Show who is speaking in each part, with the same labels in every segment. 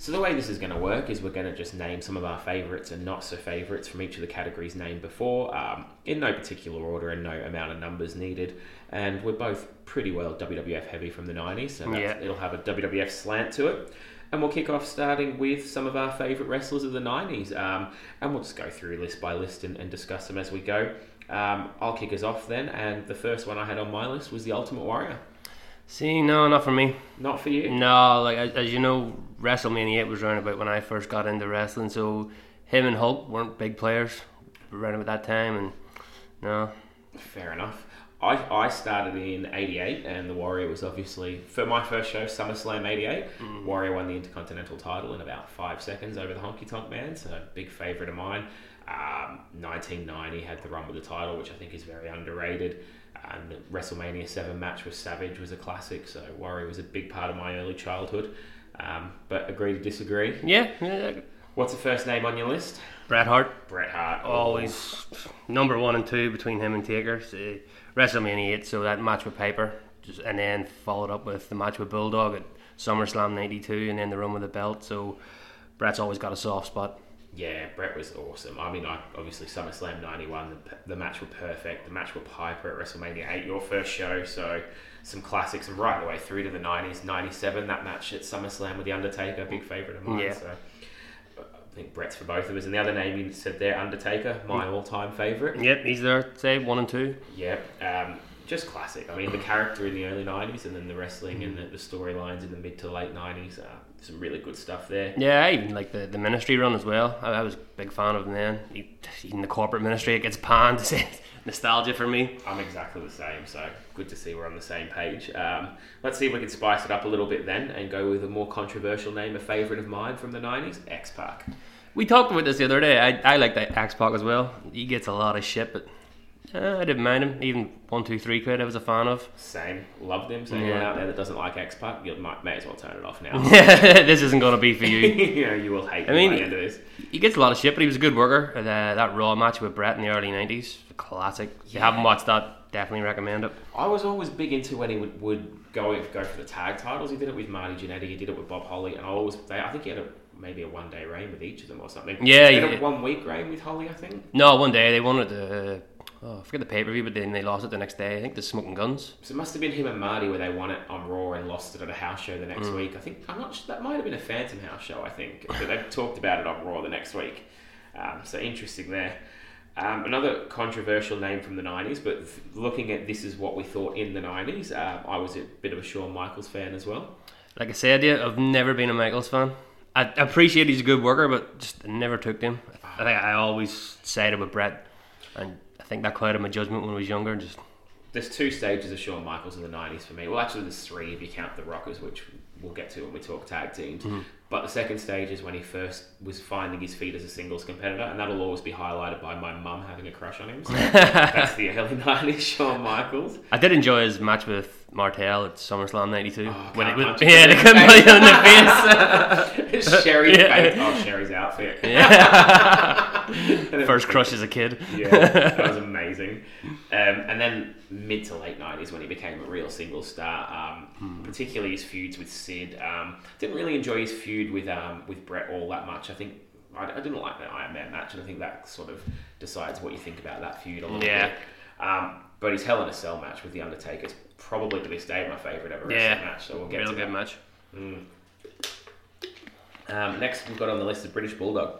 Speaker 1: So the way this is going to work is we're going to just name some of our favourites and not so favourites from each of the categories named before, um, in no particular order and no amount of numbers needed. And we're both pretty well WWF heavy from the '90s, so that's-
Speaker 2: Yeah.
Speaker 1: it'll have a WWF slant to it. And we'll kick off starting with some of our favourite wrestlers of the '90s, um, and we'll just go through list by list and, and discuss them as we go. Um, I'll kick us off then, and the first one I had on my list was the Ultimate Warrior.
Speaker 2: See, no, not for me.
Speaker 1: Not for you.
Speaker 2: No, like as, as you know, WrestleMania 8 was around about when I first got into wrestling, so him and Hulk weren't big players around about that time, and no,
Speaker 1: Fair enough. I, I started in 88, and the Warrior was obviously, for my first show, SummerSlam 88. Warrior won the Intercontinental title in about five seconds over the Honky Tonk Man, so big favourite of mine. Um, 1990 had the run with the title, which I think is very underrated. And the WrestleMania 7 match with Savage was a classic, so Warrior was a big part of my early childhood. Um, but agree to disagree.
Speaker 2: yeah, yeah,
Speaker 1: What's the first name on your list?
Speaker 2: Bret Hart
Speaker 1: Bret Hart.
Speaker 2: always number one and two between him and Taker. So, WrestleMania 8, so that match with Piper, just, and then followed up with the match with Bulldog at SummerSlam 92, and then the run with the belt. So Bret's always got a soft spot.
Speaker 1: Yeah, Brett was awesome. I mean, I obviously SummerSlam '91, the, the match were perfect. The match with Piper at WrestleMania '8, your first show, so some classics, and right the way through to the '90s, '97. That match at SummerSlam with the Undertaker, big favorite of mine.
Speaker 2: Yeah.
Speaker 1: So I think Brett's for both of us. And the other name you said there, Undertaker, my all-time favorite.
Speaker 2: Yep, he's there. Say one and two.
Speaker 1: Yep. Um, just classic. I mean, the character in the early '90s, and then the wrestling and the, the storylines in the mid to late '90s. Uh, some really good stuff there.
Speaker 2: Yeah, I even like the, the ministry run as well. I, I was a big fan of them then. E- Even the corporate ministry, it gets panned. It's nostalgia for me.
Speaker 1: I'm exactly the same, so good to see we're on the same page. Um, let's see if we can spice it up a little bit then and go with a more controversial name, a favourite of mine from the 90s, X Pac.
Speaker 2: We talked about this the other day. I, I like that Axe Pac as well. He gets a lot of shit, but uh, I didn't mind him. Even 123 Quid, I was a fan of.
Speaker 1: Same, love them. So, anyone
Speaker 2: Yeah.
Speaker 1: out there that doesn't like X Pac, you might, may as well turn it off now.
Speaker 2: this isn't going to be for you.
Speaker 1: you know, you will hate
Speaker 2: I
Speaker 1: I
Speaker 2: mean-
Speaker 1: by the end of this.
Speaker 2: He gets a lot of shit, but he was a good worker. And, uh, that Raw match with Brett in the early 90s, classic. If you haven't watched that, definitely recommend it.
Speaker 1: I was always big into when he would, would go go for the tag titles. He did it with Marty Jannetty, he did it with Bob Holly, and I always they, I think he had a, maybe a one day reign with each of them or something.
Speaker 2: Yeah,
Speaker 1: he had
Speaker 2: yeah.
Speaker 1: a one week reign with Holly, I think.
Speaker 2: No, one day they wanted the. Oh, I forget the pay per view, but then they lost it the next day. I think the Smoking Guns.
Speaker 1: So it must have been him and Marty where they won it on Raw and lost it at a house show the next week. I think I'm not sure, that might have been a Phantom House show. I think but they talked about it on Raw the next week. Um, so interesting there. Um, another controversial name from the '90s, but th- looking at this is what we thought in the '90s. Um, I was a bit of a Shawn Michaels fan as well.
Speaker 2: Like I said, yeah, I've never been a Michaels fan. I appreciate he's a good worker, but just I never took to him. I think I always sided with Brett, and I think that clouded my judgment when I was younger. Just
Speaker 1: There's two stages of Shawn Michaels in the '90s for me. Well, actually, there's three if you count the Rockers, which we'll get to when we talk tag teams.
Speaker 2: Mm-hmm.
Speaker 1: But the second stage is when he first was finding his feet as a singles competitor, and that'll always be highlighted by my mum having a crush on him. So that's the early '90s Shawn Michaels.
Speaker 2: I did enjoy his match with Martel at SummerSlam '92
Speaker 1: Oh,
Speaker 2: when
Speaker 1: can't
Speaker 2: it was
Speaker 1: punch
Speaker 2: yeah,
Speaker 1: him in
Speaker 2: they
Speaker 1: the
Speaker 2: couldn't
Speaker 1: face.
Speaker 2: put it in the
Speaker 1: Sherry,
Speaker 2: Yeah.
Speaker 1: face- oh Sherry's outfit.
Speaker 2: face. First crush as a kid.
Speaker 1: yeah, that was amazing. Um, and then mid to late nineties when he became a real single star,
Speaker 2: Hmm.
Speaker 1: um, particularly his feuds with Sid. Um, didn't really enjoy his feud with um, with Brett all that much. I think I, I didn't like that Iron Man match, and I think that sort of decides what you think about that feud a little
Speaker 2: Yeah.
Speaker 1: bit. Um, but his Hell in a Cell match with the Undertaker is probably to this day my favorite ever wrestling
Speaker 2: Yeah,
Speaker 1: match. So we'll get
Speaker 2: real
Speaker 1: to
Speaker 2: good match.
Speaker 1: that. Um, next, we've got on the list the British Bulldog.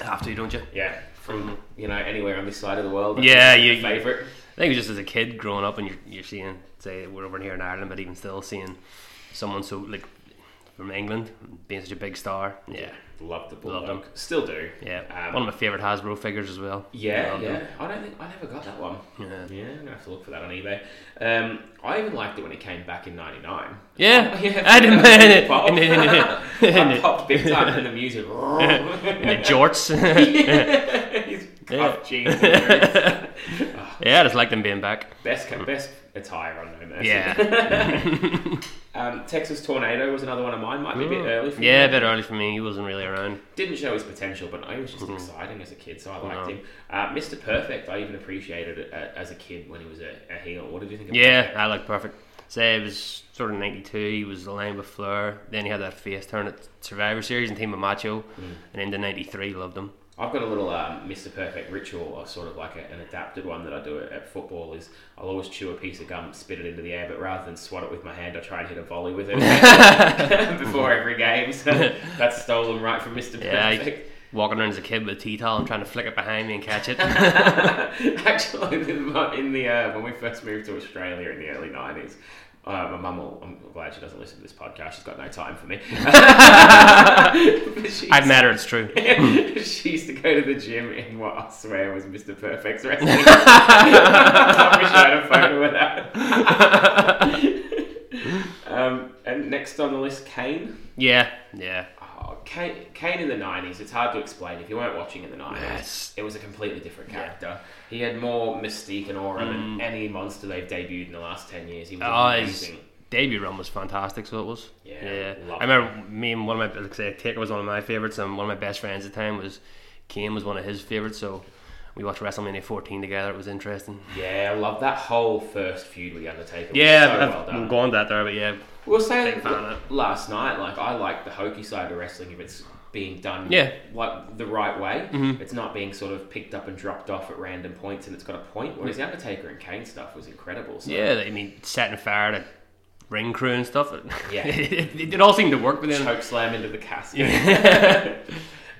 Speaker 2: Have to, don't you?
Speaker 1: Yeah, from you know anywhere on this side of the world. that's
Speaker 2: Yeah,
Speaker 1: my
Speaker 2: you- you-
Speaker 1: favorite.
Speaker 2: I think it was just as a kid growing up, and you're, you're seeing, say, we're over here in Ireland, but even still seeing someone so like from England being such a big star. Yeah,
Speaker 1: Love the
Speaker 2: Love
Speaker 1: Bulldog.
Speaker 2: them.
Speaker 1: Still do.
Speaker 2: yeah.
Speaker 1: Um,
Speaker 2: one of my favorite Hasbro figures as well.
Speaker 1: yeah,
Speaker 2: Love
Speaker 1: yeah.
Speaker 2: them.
Speaker 1: I don't think I never got that one.
Speaker 2: Yeah.
Speaker 1: Yeah, I'm gonna have to look for that on eBay. Um, I even liked it when it came back in '99.
Speaker 2: Yeah,
Speaker 1: Yeah,
Speaker 2: I didn't
Speaker 1: yeah,
Speaker 2: mind it.
Speaker 1: pop.
Speaker 2: And then- and then- and
Speaker 1: I
Speaker 2: then-
Speaker 1: popped big time in the music.
Speaker 2: and the jorts.
Speaker 1: His cuff jeans. and boots.
Speaker 2: yeah, I just like them being back.
Speaker 1: best best attire on No Mercy.
Speaker 2: Yeah,
Speaker 1: Um, Texas Tornado was another one of mine. Might be a bit early for
Speaker 2: yeah, a
Speaker 1: you.
Speaker 2: bit early for me. He wasn't really around.
Speaker 1: didn't show his potential, but I was just exciting as a kid, so I liked
Speaker 2: Mm-hmm. No.
Speaker 1: him. Uh, Mr. Perfect, I even appreciated it uh, as a kid when he was a, a heel. What did you think? Of
Speaker 2: Yeah,
Speaker 1: Perfect?
Speaker 2: I like perfect. say it was sort of 92, he was aligned with Flair. Then he had that face turn at Survivor Series and Team of Macho.
Speaker 1: Mm.
Speaker 2: And into 93, loved him.
Speaker 1: I've got a little um, Mr. Perfect ritual, or sort of like a, an adapted one that I do at, at football. Is I'll always chew a piece of gum, spit it into the air, but rather than swat it with my hand, I try and hit a volley with it before every game. So that's stolen right from Mr.
Speaker 2: Yeah, I-
Speaker 1: Perfect.
Speaker 2: Walking around as a kid with a tea towel and trying to flick it behind me and catch it.
Speaker 1: Actually, in the, in the uh, when we first moved to Australia in the early nineties, uh, my mum will. I'm glad she doesn't listen to this podcast. She's got no time for me. But she-
Speaker 2: I've met her, it's true.
Speaker 1: she used to go to the gym in what I swear was Mr. Perfect's wrestling. I wish I had a photo of that. um, and next on the list, Kane.
Speaker 2: Yeah, yeah.
Speaker 1: Oh, Kane. Kane in the 90s, it's hard to explain if you weren't watching in the 90s.
Speaker 2: Yes.
Speaker 1: It was a completely different character. He had more mystique and aura
Speaker 2: Mm.
Speaker 1: than any monster they've debuted in the last 10 years. He was
Speaker 2: Oh, his
Speaker 1: amazing.
Speaker 2: debut run was fantastic, so it was.
Speaker 1: Yeah, love
Speaker 2: I remember me and one of my, like I say, Taker was one of my favourites, and one of my best friends at the time was Kane was one of his favourites, so we watched WrestleMania 14 together. It was interesting.
Speaker 1: Yeah, I love that whole first feud with Undertaker. It was
Speaker 2: Yeah,
Speaker 1: so
Speaker 2: I've,
Speaker 1: well done.
Speaker 2: I'm going that there, but yeah.
Speaker 1: We'll say
Speaker 2: Big fan of it.
Speaker 1: last night, like I like the hokey side of wrestling if it's being done
Speaker 2: Yeah. Mm-hmm.
Speaker 1: like the right way. It's not being sort of picked up and dropped off at random points and it's got a point. Whereas the Undertaker and Kane stuff was incredible. So
Speaker 2: Mm. Yeah, I mean, setting fire to ring crew and stuff. It,
Speaker 1: Yeah.
Speaker 2: it, it, all seemed to work, but then
Speaker 1: choke slam into the casket.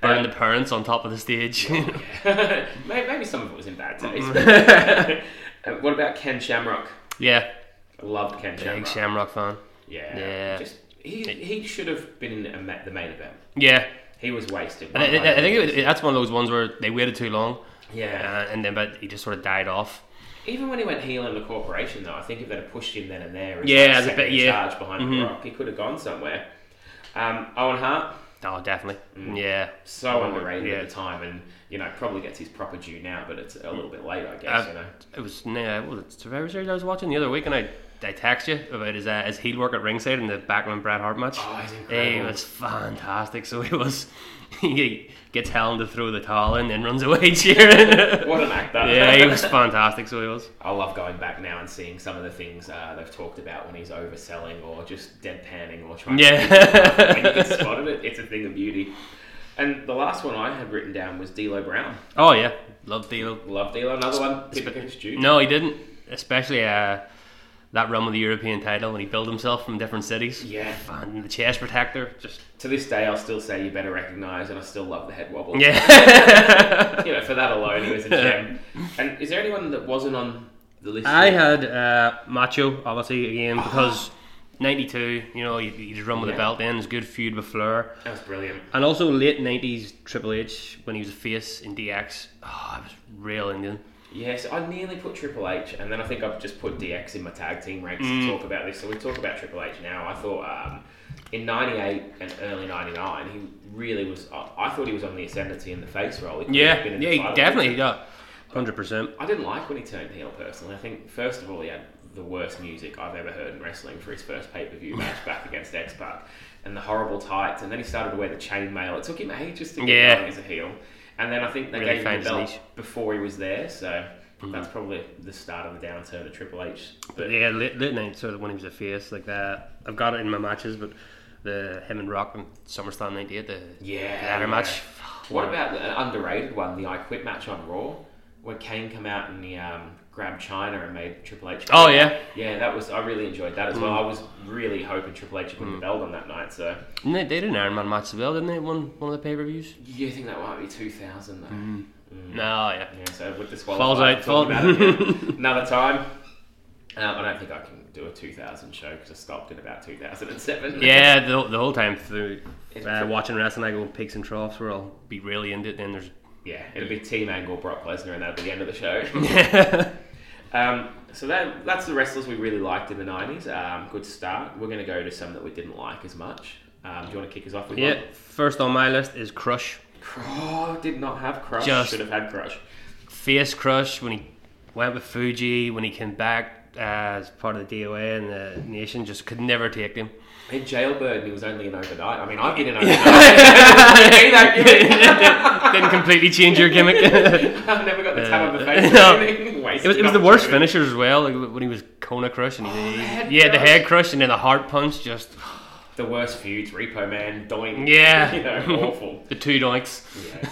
Speaker 2: burning the parents on top of the stage.
Speaker 1: maybe, maybe some of it was in bad taste. Uh, what about Ken Shamrock?
Speaker 2: yeah,
Speaker 1: I loved Ken
Speaker 2: Mm-hmm. big
Speaker 1: Shamrock.
Speaker 2: Shamrock fan.
Speaker 1: yeah.
Speaker 2: Yeah.
Speaker 1: Just he, he should have been in a ma- the main event.
Speaker 2: Yeah,
Speaker 1: He was wasted.
Speaker 2: and I, I- I think it was, that's one of those ones where they waited too long,
Speaker 1: yeah.
Speaker 2: uh, and then but he just sort of died off.
Speaker 1: Even when he went heel in the corporation, though, I think if they'd have pushed him then and there, as
Speaker 2: Yeah,
Speaker 1: like
Speaker 2: as a
Speaker 1: second
Speaker 2: bit-
Speaker 1: in
Speaker 2: yeah. Mm-hmm.
Speaker 1: charge behind the rock, he could have gone somewhere. Um, Owen Hart,
Speaker 2: Oh, definitely.
Speaker 1: Mm.
Speaker 2: Yeah.
Speaker 1: so
Speaker 2: Oh,
Speaker 1: underrated
Speaker 2: yeah.
Speaker 1: at the time, and you know probably gets his proper due now, but it's a little bit late, I guess.
Speaker 2: Uh,
Speaker 1: you know,
Speaker 2: It was, nah, what was it Survivor Series I was watching the other week, and I, I text you about his, uh, his heel work at ringside in the Backlund Bret Hart match.
Speaker 1: Oh, he's
Speaker 2: He
Speaker 1: incredible.
Speaker 2: was fantastic. So he was, he gets Helen to throw the towel in, then runs away cheering.
Speaker 1: what an actor!
Speaker 2: yeah, he was fantastic. So he was.
Speaker 1: I love going back now and seeing some of the things uh, they've talked about when he's overselling or just deadpanning or trying.
Speaker 2: Yeah.
Speaker 1: to, when you get spotted it, it's a thing of beauty. And the last one I had written down was D'Lo Brown.
Speaker 2: Oh yeah, love D'Lo.
Speaker 1: Love D'Lo. Another one. Didn't against you.
Speaker 2: No, he didn't. Especially uh, that run with the European title when he built himself from different cities.
Speaker 1: Yeah.
Speaker 2: And the chest protector, just
Speaker 1: to this day, I'll still say you better recognise, and I still love the head wobble.
Speaker 2: yeah.
Speaker 1: You know, for that alone, he was a gem. and is there anyone that wasn't on the list?
Speaker 2: I had uh, Macho, obviously, again, because 92, you know, he, he just run with
Speaker 1: Yeah.
Speaker 2: the belt then. His good feud with Flair.
Speaker 1: That was brilliant.
Speaker 2: And also late 90s Triple H, when he was a face in DX. Oh, I was real Indian.
Speaker 1: Yes, I nearly put Triple H, and then I think I've just put DX in my tag team ranks
Speaker 2: Mm.
Speaker 1: to talk about this. So we talk about Triple H now. I thought um, in '98 and early '99, he really was. I, I thought he was on the ascendancy in the face role. He could have
Speaker 2: Yeah,
Speaker 1: been in
Speaker 2: yeah,
Speaker 1: the
Speaker 2: he
Speaker 1: title
Speaker 2: definitely, yeah. 100%.
Speaker 1: I didn't like when he turned heel personally. I think first of all he had the worst music I've ever heard in wrestling for his first pay per view match back against X Pac, and the horrible tights. And then he started to wear the chainmail. It took him ages to get
Speaker 2: Yeah.
Speaker 1: going as a heel. And then I think they
Speaker 2: Really
Speaker 1: gave him the
Speaker 2: found his
Speaker 1: belt
Speaker 2: niche. Mm-hmm.
Speaker 1: before he was there. So that's probably the start of the downturn of Triple H. But
Speaker 2: But yeah, late, late night, sort of when he was a face, like that. I've got it in my matches, but the him and Rock and SummerSlam 98, the
Speaker 1: Yeah,
Speaker 2: ladder
Speaker 1: yeah.
Speaker 2: match.
Speaker 1: what about the- an underrated one, the I Quit match on Raw, where Kane come out and he um, grabbed China and made Triple H.
Speaker 2: Oh, yeah.
Speaker 1: Yeah, that was. I really enjoyed that as
Speaker 2: Mm.
Speaker 1: well. I was really hoping Triple H would win the belt on that night. So
Speaker 2: And they, they did an Iron Man match as well, didn't they? One, one of the pay per views?
Speaker 1: you think that might be two thousand though?
Speaker 2: No, yeah.
Speaker 1: Yeah, so with this
Speaker 2: Mm. Falls out, falls-
Speaker 1: another time. Um, I don't think I can do a two thousand show because I stopped in about two thousand and seven.
Speaker 2: Yeah, the, the whole time through
Speaker 1: It's
Speaker 2: uh,
Speaker 1: pretty-
Speaker 2: watching wrestling, I go peaks and troughs where I'll be really into it. Then there's
Speaker 1: yeah, it'll be Team Angle, Brock Lesnar, and that'll be the end of the show. Um, so that that's the wrestlers we really liked in the nineties. Um, good start. We're going to go to some that we didn't like as much. Um, do you want to kick us off with
Speaker 2: yeah.
Speaker 1: one?
Speaker 2: First on my list is Crush,
Speaker 1: Oh, did not have crush.
Speaker 2: Just-
Speaker 1: Should have had crush.
Speaker 2: face Crush when he went with Fuji when he came back. uh, as part of the DOA and the nation just could never take him.
Speaker 1: In Jailbird, and he was only an overnight. I mean, I've been an overnight.
Speaker 2: Didn't completely change your gimmick.
Speaker 1: I've never got the tab on the face.
Speaker 2: No.
Speaker 1: Wasted
Speaker 2: It was, it was the
Speaker 1: opportunity.
Speaker 2: worst finisher as well. Like when he was Kona crush and he,
Speaker 1: head
Speaker 2: yeah, the
Speaker 1: Oh, crush.
Speaker 2: head crush and then the heart punch. Just
Speaker 1: The worst feuds, Repo Man, Doink.
Speaker 2: Yeah.
Speaker 1: You know, awful.
Speaker 2: the two doinks.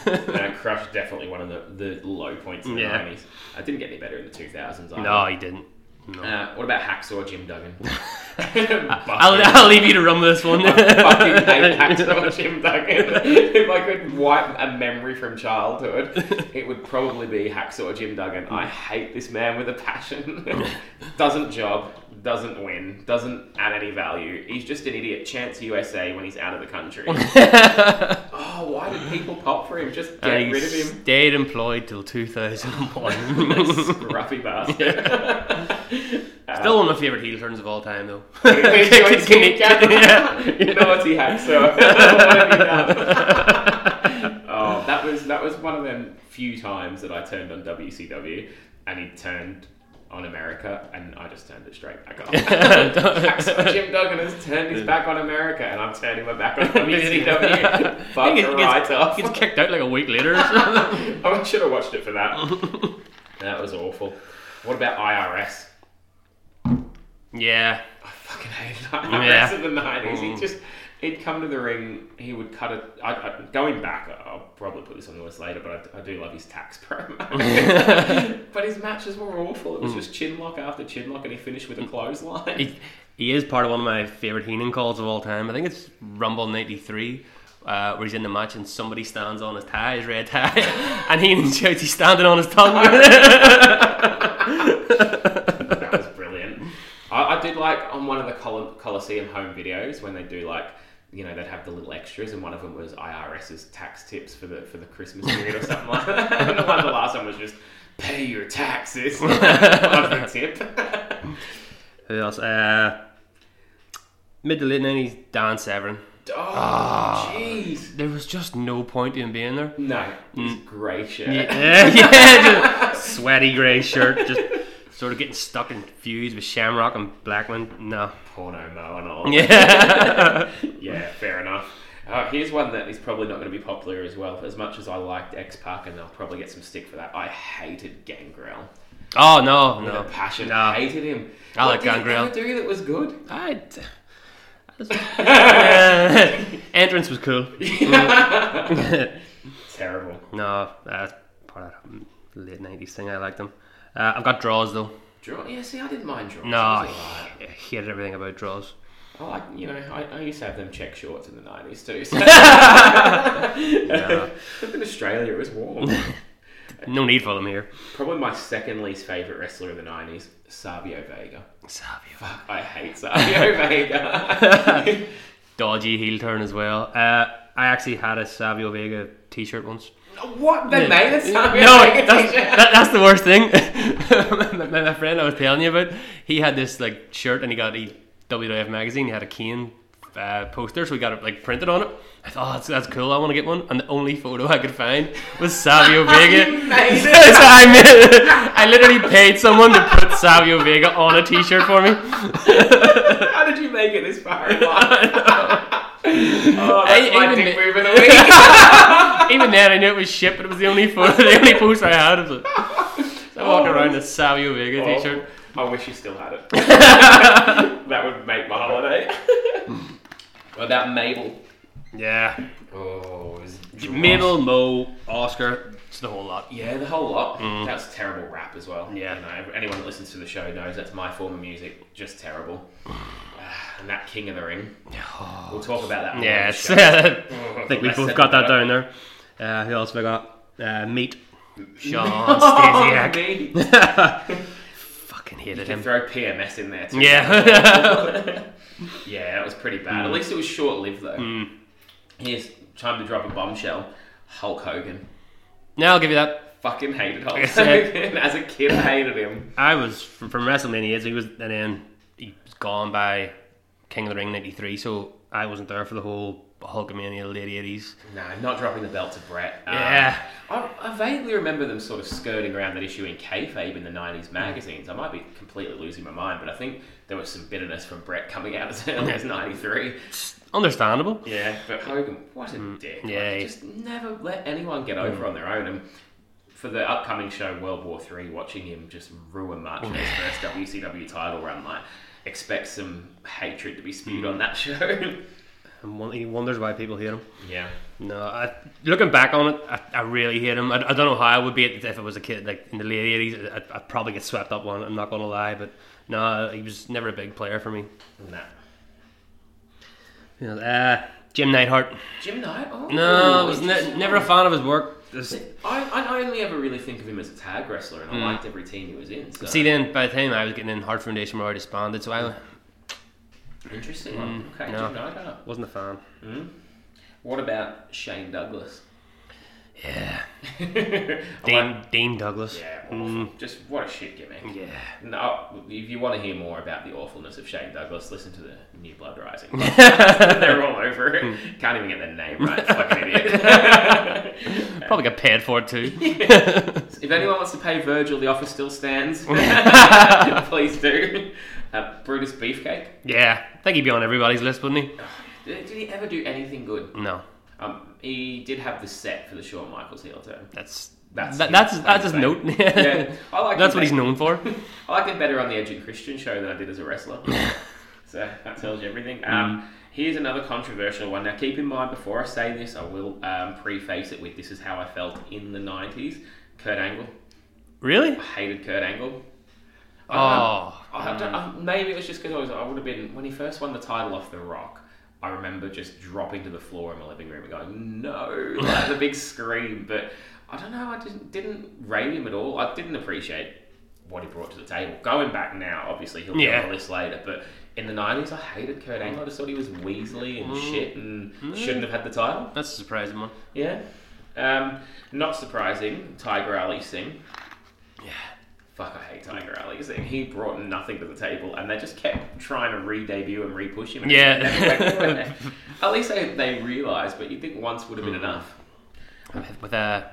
Speaker 1: Yeah. No, Crush definitely one of the, the low points in the
Speaker 2: Yeah.
Speaker 1: 90s. I didn't get any better in the 2000s. either.
Speaker 2: No, he didn't. No.
Speaker 1: Uh, what about Hacksaw Jim Duggan?
Speaker 2: I'll, I'll leave you to run with this one.
Speaker 1: fucking hate Hacksaw Jim Duggan. if I could wipe a memory from childhood, it would probably be Hacksaw Jim Duggan. I hate this man with a passion. doesn't job, doesn't win, doesn't add any value. He's just an idiot. Chance USA when he's out of the country. oh, why did people pop for him? Just get
Speaker 2: And he
Speaker 1: rid of him.
Speaker 2: stayed employed till 2001.
Speaker 1: Scruffy bastard. Uh,
Speaker 2: Still one of my favourite heel turns of all time, though.
Speaker 1: Wait,
Speaker 2: Can-
Speaker 1: wait,
Speaker 2: can-
Speaker 1: wait,
Speaker 2: can-
Speaker 1: yeah.
Speaker 2: yeah.
Speaker 1: You know what he had, so what have you done? oh, that was that was one of them few times that I turned on WCW, and he turned on America, and I just turned it straight back on. Hacksaw Jim Duggan has turned his back on America, and I'm turning my back on WCW.
Speaker 2: I
Speaker 1: Fuck
Speaker 2: think it
Speaker 1: right off.
Speaker 2: Gets kicked out like a week later. or something.
Speaker 1: I should have watched it for that. that was awful. What about IRS?
Speaker 2: yeah,
Speaker 1: I fucking hated
Speaker 2: Yeah.
Speaker 1: IRS in the nineties. He just he'd come to the ring. He would cut it. I, I, going back, I- I'll probably put this on the list later, but I, I do love his tax promo. but his matches were awful. It was just chin lock after chin lock, and he finished with a clothesline.
Speaker 2: he, he is part of one of my favourite Heenan calls of all time. I think it's Rumble '93. Uh, where he's in the match and somebody stands on his tie, his red tie, and Heenan shouts he's standing on his tongue.
Speaker 1: that was brilliant. I, I did like on one of the Col- Coliseum home videos when they do like. You know, they'd have the little extras, and one of them was IRS's tax tips for the for the Christmas period or something like that. And the, one, the last one was just pay your taxes. that was the tip.
Speaker 2: Who else? Uh, mid to late nineties, Dan Severn.
Speaker 1: Oh, jeez.
Speaker 2: There was just no point in being there.
Speaker 1: No, he's grey shirt.
Speaker 2: yeah, yeah, just sweaty grey shirt, just sort of getting stuck in feuds with Shamrock and Blackman. No,
Speaker 1: Porno mo and all.
Speaker 2: yeah,
Speaker 1: Yeah, fair enough. Uh, here's one that is probably not going to be popular as well. As much as I liked X Pac, and they'll probably get some stick for that, I hated Gangrel.
Speaker 2: oh no,
Speaker 1: With
Speaker 2: no,
Speaker 1: a passion,
Speaker 2: no.
Speaker 1: I hated him.
Speaker 2: I like
Speaker 1: did he
Speaker 2: Gangrel.
Speaker 1: ever do that was good?
Speaker 2: I. Uh, entrance was cool.
Speaker 1: Terrible.
Speaker 2: no, uh, that's part of the late nineties thing. I liked them. Uh, I've got draws though.
Speaker 1: Draw. Yeah, see, I didn't mind draws.
Speaker 2: No,
Speaker 1: It
Speaker 2: I
Speaker 1: was alright.
Speaker 2: h- hated everything about draws.
Speaker 1: I like, you know, I, I used to have them check shorts in the 90s too. So. Up in Australia, it was warm.
Speaker 2: No need for them here.
Speaker 1: Probably my second least favourite wrestler of the 90s, Savio Vega.
Speaker 2: Savio.
Speaker 1: I hate Savio Vega.
Speaker 2: Dodgy heel turn as well. Uh, I actually had a Savio Vega t-shirt once.
Speaker 1: what? They made a Savio Vega
Speaker 2: that's,
Speaker 1: t-shirt?
Speaker 2: that, that's the worst thing. my, my- my friend I was telling you about, he had this like shirt and he got a WWF magazine. He had a Kane uh, poster, so he got it like printed on it. I thought, oh, that's, that's cool. I want to get one. And the only photo I could find was Savio Vega.
Speaker 1: You made
Speaker 2: so
Speaker 1: it.
Speaker 2: I, made, I literally paid someone to put Savio Vega on a t-shirt for me.
Speaker 1: How did you make it this far in life? oh, that's
Speaker 2: I-
Speaker 1: my
Speaker 2: even
Speaker 1: dick
Speaker 2: ma-
Speaker 1: move in a week.
Speaker 2: Even then, I knew it was shit, but it was the only photo, the only post I had. Of it. So I walked around in a Savio Vega
Speaker 1: Oh.
Speaker 2: t-shirt.
Speaker 1: I wish you still had it. that would make my holiday. Hmm. what about Mabel?
Speaker 2: Yeah.
Speaker 1: Oh, it was
Speaker 2: Mabel, Mo, Oscar, it's the whole lot.
Speaker 1: Yeah, the whole lot. That's terrible rap as well.
Speaker 2: Yeah.
Speaker 1: You know, anyone that listens to the show knows that's my form of music. Just terrible. Ah, and that King of the Ring. we'll talk about that. on
Speaker 2: Yeah,
Speaker 1: the
Speaker 2: it's-
Speaker 1: show.
Speaker 2: I think we
Speaker 1: That's
Speaker 2: both
Speaker 1: it.
Speaker 2: got that down there. Uh, who else have I got? Uh, Meat. Sean Stasiak.
Speaker 1: Me.
Speaker 2: Fucking hated
Speaker 1: Can
Speaker 2: him.
Speaker 1: throw PMS in there too.
Speaker 2: Yeah. Hmm.
Speaker 1: Yeah, that was pretty bad. At least it was short lived though. Here's time to drop a bombshell. Hulk Hogan.
Speaker 2: now I'll give you that.
Speaker 1: Fucking hated Hulk
Speaker 2: That's it.
Speaker 1: Hogan. As a kid, I hated him.
Speaker 2: I was from, from WrestleMania, so he was, and then he was gone by King of the Ring 93, so I wasn't there for the whole Hulkamania late eighties.
Speaker 1: No, not dropping the belt to Brett. Um,
Speaker 2: Yeah.
Speaker 1: I, I vaguely remember them sort of skirting around that issue in kayfabe in the '90s magazines. I might be completely losing my mind, but I think there was some bitterness from Brett coming out as early as '93.
Speaker 2: Understandable.
Speaker 1: Yeah, but Hogan, what a dick! Like,
Speaker 2: Mm. yeah. Mm.
Speaker 1: just never let anyone get over on their own. And for the upcoming show World War Three, watching him just ruin March in his first WCW title run, like expect some hatred to be
Speaker 2: Mm.
Speaker 1: spewed on that show.
Speaker 2: And won- he wonders why people hate him.
Speaker 1: yeah,
Speaker 2: No, I, looking back on it, I, I really hate him. I, I don't know how I would be if I was a kid, like in the late eighties. I'd, I'd probably get swept up on. it, I'm not gonna lie, but no, he was never a big player for me.
Speaker 1: nah.
Speaker 2: You know, uh, Jim Neidhart.
Speaker 1: Jim Knight? Oh,
Speaker 2: No, I was ne-
Speaker 1: interesting.
Speaker 2: never a fan of his work. Just-
Speaker 1: I, I only ever really think of him as a tag wrestler, and I liked every team he was in. So.
Speaker 2: Hmm. See, then by the time I was getting in, Heart Foundation were already disbanded, so I
Speaker 1: interesting one. Okay,
Speaker 2: Hmm, no.
Speaker 1: Jim Knight. huh?
Speaker 2: wasn't a fan.
Speaker 1: What about Shane Douglas?
Speaker 2: Yeah,
Speaker 1: I like-
Speaker 2: Dane, Dane Douglas.
Speaker 1: yeah, awful. Just what a shit gimmick.
Speaker 2: Hmm. Yeah.
Speaker 1: No, if you want to hear more about the awfulness of Shane Douglas, listen to the New Blood Rising. podcast. They're all over it.
Speaker 2: Hmm.
Speaker 1: Can't even get the name right. Fucking idiot.
Speaker 2: Probably got paid for it too.
Speaker 1: if anyone wants to pay Virgil, the offer still stands. Please do. Uh, Brutus Beefcake.
Speaker 2: yeah, I think he'd be on everybody's list, wouldn't he?
Speaker 1: Did, did he ever do anything good?
Speaker 2: No,
Speaker 1: Um, he did have the set for the Shawn Michaels heel turn.
Speaker 2: that's
Speaker 1: That's
Speaker 2: that's
Speaker 1: his
Speaker 2: that, that's, that's his
Speaker 1: claim to
Speaker 2: note.
Speaker 1: Yeah, I like
Speaker 2: that's
Speaker 1: him
Speaker 2: what he's
Speaker 1: better-
Speaker 2: known for.
Speaker 1: I liked him better on the Edge and Christian show than I did as a wrestler. so that tells you everything. Um, here's another controversial one. Now keep in mind before I say this, I will um, preface it with this is how I felt in the '90s. Kurt Angle.
Speaker 2: Really?
Speaker 1: I hated Kurt Angle. I don't know.
Speaker 2: Oh,
Speaker 1: I don't, I, maybe it was just because I, was- I would have been when he first won the title off The Rock. I remember just dropping to the floor in my living room and going, "No!" like the big scream. But I don't know. I didn't didn't rate him at all. I didn't appreciate what he brought to the table. Going back now, obviously he'll
Speaker 2: Yeah.
Speaker 1: get all this later. But in the nineties, I hated Kurt Angle. I just thought he was weaselly and shit and shouldn't have had the title.
Speaker 2: that's a surprising one.
Speaker 1: Yeah. Um, not surprising, Tiger Ali Singh.
Speaker 2: Yeah.
Speaker 1: Fuck, I hate Tiger Ali Singh. He brought nothing to the table, and they just kept trying to re-debut and re-push him. and
Speaker 2: Yeah.
Speaker 1: it never went anywhere. At least they, they realised, but you'd think once would have
Speaker 2: Hmm.
Speaker 1: been enough.
Speaker 2: With uh,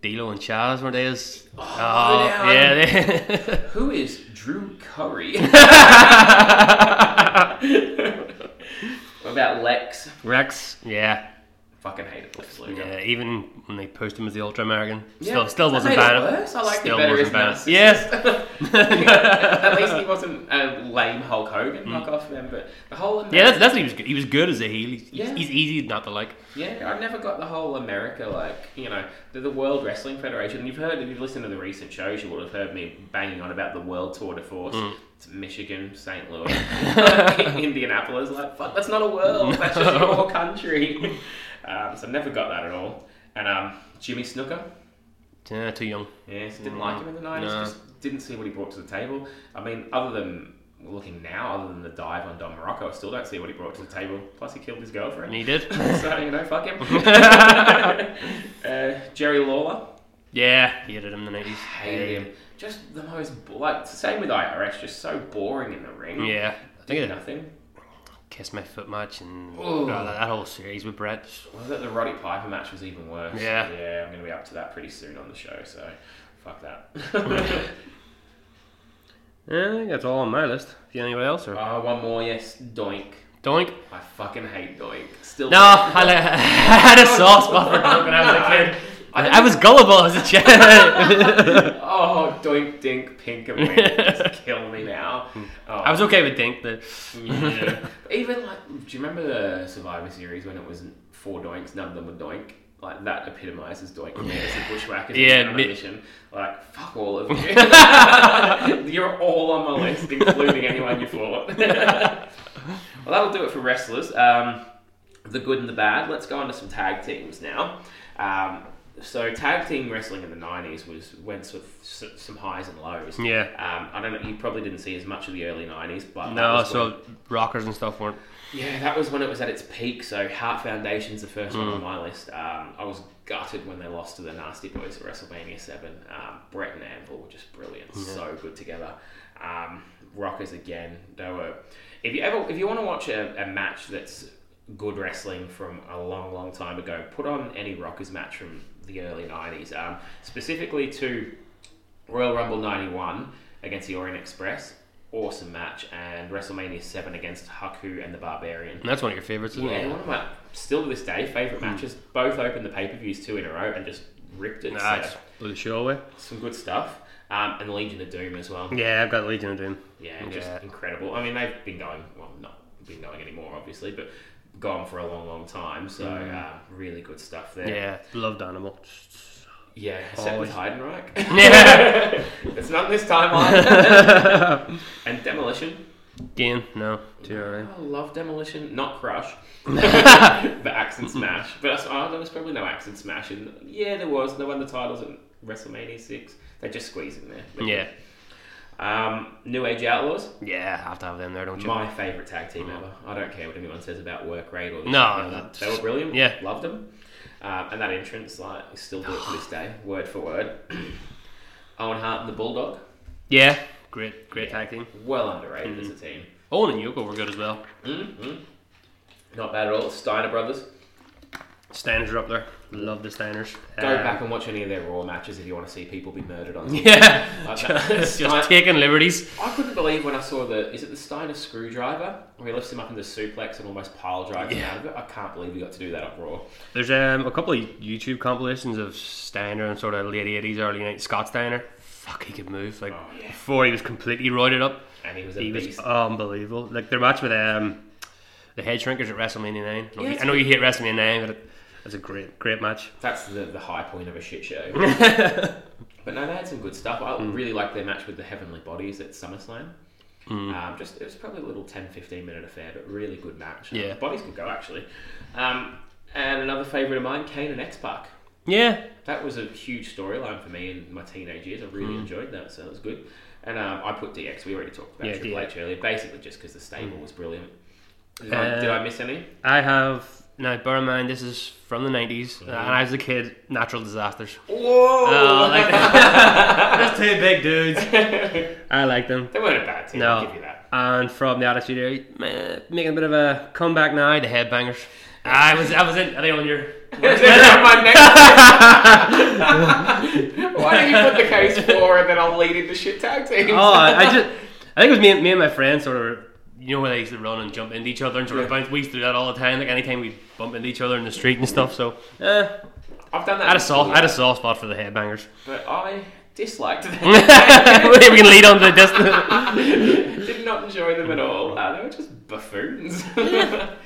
Speaker 2: D'Lo and Chaz, weren't they? His... Oh,
Speaker 1: yeah.
Speaker 2: yeah. They...
Speaker 1: Who is Drew Curry? what about Lex?
Speaker 2: Rex. Yeah.
Speaker 1: Fucking hated Lex Luger.
Speaker 2: Yeah. Even when they pushed him as the Ultra American,
Speaker 1: Yeah,
Speaker 2: still, still
Speaker 1: that
Speaker 2: wasn't
Speaker 1: made it
Speaker 2: bad.
Speaker 1: worse. I liked it
Speaker 2: still
Speaker 1: better as
Speaker 2: wasn't bad.
Speaker 1: Narcissus.
Speaker 2: Yes.
Speaker 1: At least he wasn't a lame Hulk Hogan knockoff then, but the whole
Speaker 2: Hmm. Yeah, that's, that's what he was. Good. He was good as a heel. He's,
Speaker 1: Yeah.
Speaker 2: he's easy not to like.
Speaker 1: Yeah, I've never got the whole America, like, you know, the, the World Wrestling Federation. You've heard, if you've listened to the recent shows, you would have heard me banging on about the World Tour de Force. It's Michigan, St. Louis, Indianapolis. Like, fuck, that's not a world, that's just your country. Um, so never got that at all. And um, Jimmy Snooker,
Speaker 2: Yeah, too young.
Speaker 1: yeah, just didn't like him in the 90s.
Speaker 2: No.
Speaker 1: Just didn't see what he brought to the table. I mean, other than looking now, other than the dive on Don Morocco, I still don't see what he brought to the table. Plus, he killed his girlfriend
Speaker 2: And he did.
Speaker 1: so you know, fuck him. uh, Jerry Lawler,
Speaker 2: yeah, hated him in the nineties.
Speaker 1: hated him. Just the most bo- like same with IRS, just so boring in the ring.
Speaker 2: Yeah, I think
Speaker 1: did
Speaker 2: it
Speaker 1: nothing.
Speaker 2: Kiss My Foot match and
Speaker 1: Ooh.
Speaker 2: oh, that, that whole series with Brett.
Speaker 1: Was it the Roddy Piper match was even worse?
Speaker 2: Yeah.
Speaker 1: yeah. I'm gonna be up to that pretty soon on the show, so fuck that.
Speaker 2: Yeah, I think that's all on my list. You anybody else or
Speaker 1: uh, one more, yes, Doink.
Speaker 2: Doink?
Speaker 1: I fucking hate Doink. Still,
Speaker 2: No, I, li- I had a soft spot for Doink when I was a kid. I, I was gullible as a child.
Speaker 1: Oh, Doink, Dink, Pink, and Wink. Just kill me now.
Speaker 2: Hmm.
Speaker 1: Oh,
Speaker 2: I was okay with Dink, but
Speaker 1: Yeah. Even like, do you remember the Survivor Series when it was four doinks, none of them were doink? Like that epitomizes doink for me as a bushwhacker.
Speaker 2: Yeah,
Speaker 1: Yeah,
Speaker 2: mi-
Speaker 1: mission. Like fuck all of you. You're all on my list, including anyone you fought. well, that'll do it for wrestlers. Um, the good and the bad. Let's go on to some tag teams now. Um, so tag team wrestling in the '90s was went with s- some highs and lows.
Speaker 2: Yeah.
Speaker 1: Um, I don't know. You probably didn't see as much of the early '90s, but that
Speaker 2: no,
Speaker 1: was when-
Speaker 2: so rockers and stuff weren't.
Speaker 1: yeah, that was when it was at its peak. So Heart Foundation's the first one on my list. Um, I was gutted when they lost to the Nasty Boys at WrestleMania Seven. Um, Brett and Anvil were just brilliant, so good together. Um, Rockers again, they were. If you ever, if you want to watch a, a match that's good wrestling from a long, long time ago. Put on any Rockers match from the early 90s, um, specifically to Royal Rumble 91 against the Orient Express. Awesome match, and WrestleMania 7 against Haku and the Barbarian.
Speaker 2: And that's one of your favourites, isn't
Speaker 1: Yeah,
Speaker 2: it?
Speaker 1: one of my still to this day favourite
Speaker 2: Hmm.
Speaker 1: matches. Both opened the pay per views two in a row and just ripped it.
Speaker 2: Nah, it's
Speaker 1: So,
Speaker 2: blew the show away.
Speaker 1: some good stuff. Um, and the Legion of Doom as well.
Speaker 2: Yeah, I've got Legion of Doom.
Speaker 1: Yeah, and
Speaker 2: Yeah.
Speaker 1: just incredible. I mean, they've been going well, not been going anymore, obviously, but gone for a long, long time. So uh, really good stuff there.
Speaker 2: Hmm. Yeah, loved Animal.
Speaker 1: yeah. Set with
Speaker 2: Always.
Speaker 1: Heidenreich.
Speaker 2: Yeah.
Speaker 1: it's not this timeline. and Demolition.
Speaker 2: Again, no, too early.
Speaker 1: I love Demolition, not Crush. the Accent Smash. But that's, oh, there was probably no Accent Smash. In, yeah, there was. They won the titles at WrestleMania 6. They just squeeze in there. But-
Speaker 2: Yeah,
Speaker 1: Um, New Age Outlaws,
Speaker 2: yeah, have to have them there, don't you?
Speaker 1: my favourite tag team ever. I don't care what anyone says about work rate or this
Speaker 2: No,
Speaker 1: or that.
Speaker 2: that's-
Speaker 1: They were brilliant.
Speaker 2: yeah.
Speaker 1: Loved them. Um, and that entrance, like, still do it to this day, word for word. Owen Hart and the Bulldog,
Speaker 2: Yeah, great, great tag team.
Speaker 1: well underrated as a team.
Speaker 2: Owen and Yoko were good as well.
Speaker 1: Mm-hmm. Not bad at all. Steiner Brothers.
Speaker 2: Steiners are up there. Love the Steiners.
Speaker 1: Go
Speaker 2: Um,
Speaker 1: back and watch any of their Raw matches if you want to see people be murdered on.
Speaker 2: Yeah,
Speaker 1: Like that.
Speaker 2: just,
Speaker 1: Stein-
Speaker 2: just taking liberties.
Speaker 1: I couldn't believe when I saw the is it the Steiner screwdriver where he lifts him up in the suplex and almost pile drives him
Speaker 2: Yeah.
Speaker 1: out of it. I can't believe he got to do that on Raw.
Speaker 2: There's um, a couple of YouTube compilations of Steiner and sort of late 80s, early 90s. Scott Steiner, fuck, he could move. Like,
Speaker 1: Oh, yeah.
Speaker 2: before he was completely roided up,
Speaker 1: And he was a
Speaker 2: he was
Speaker 1: beast.
Speaker 2: unbelievable. Like, their match with um, the Head Shrinkers at WrestleMania 9. I know,
Speaker 1: Yeah,
Speaker 2: you,
Speaker 1: it's
Speaker 2: I know you hate WrestleMania 9, but it, it's a great, great match.
Speaker 1: That's the, the high point of a shit show. but no, they had some good stuff. I
Speaker 2: Mm.
Speaker 1: really liked their match with the Heavenly Bodies at SummerSlam.
Speaker 2: Mm.
Speaker 1: Um, just it was probably a little 10, 15 minute affair, but really good match.
Speaker 2: Yeah.
Speaker 1: the bodies could go actually. Um, and another favourite of mine, Kane and X Pac.
Speaker 2: Yeah,
Speaker 1: That was a huge storyline for me in my teenage years. I really
Speaker 2: Hmm.
Speaker 1: enjoyed that, so that was good. And um, I put DX. We already talked about
Speaker 2: Yeah, Hmm.
Speaker 1: Triple
Speaker 2: DX.
Speaker 1: H earlier, basically just because the stable was brilliant. Did,
Speaker 2: Uh,
Speaker 1: I, did I miss any?
Speaker 2: I have. Now, bear in mind, this is from the 90s,
Speaker 1: Mm-hmm.
Speaker 2: and I was a kid, natural disasters.
Speaker 1: Whoa!
Speaker 2: Oh, like Just two big dudes. I like them.
Speaker 1: they weren't a bad team. I'll
Speaker 2: No.
Speaker 1: give you that.
Speaker 2: And from the Attitude Era, meh, making a bit of a comeback now, the Headbangers. I was, I was in. Are they on your?
Speaker 1: My next- Why don't you put the case for, and then I'll lead into shit tag teams?
Speaker 2: Oh, I, I just, I think it was me, and- me and my friend sort of. You know where they used to run and jump into each other and sort of bounce. We used to do that all the time. Like anytime we would bump into each other in the street and stuff. So, eh,
Speaker 1: I've done that.
Speaker 2: I had a soft, I had
Speaker 1: before,
Speaker 2: a soft spot for the Headbangers.
Speaker 1: but I disliked
Speaker 2: we
Speaker 1: them.
Speaker 2: can lead on to the distance.
Speaker 1: Did not enjoy them at all. Uh, they were just buffoons. and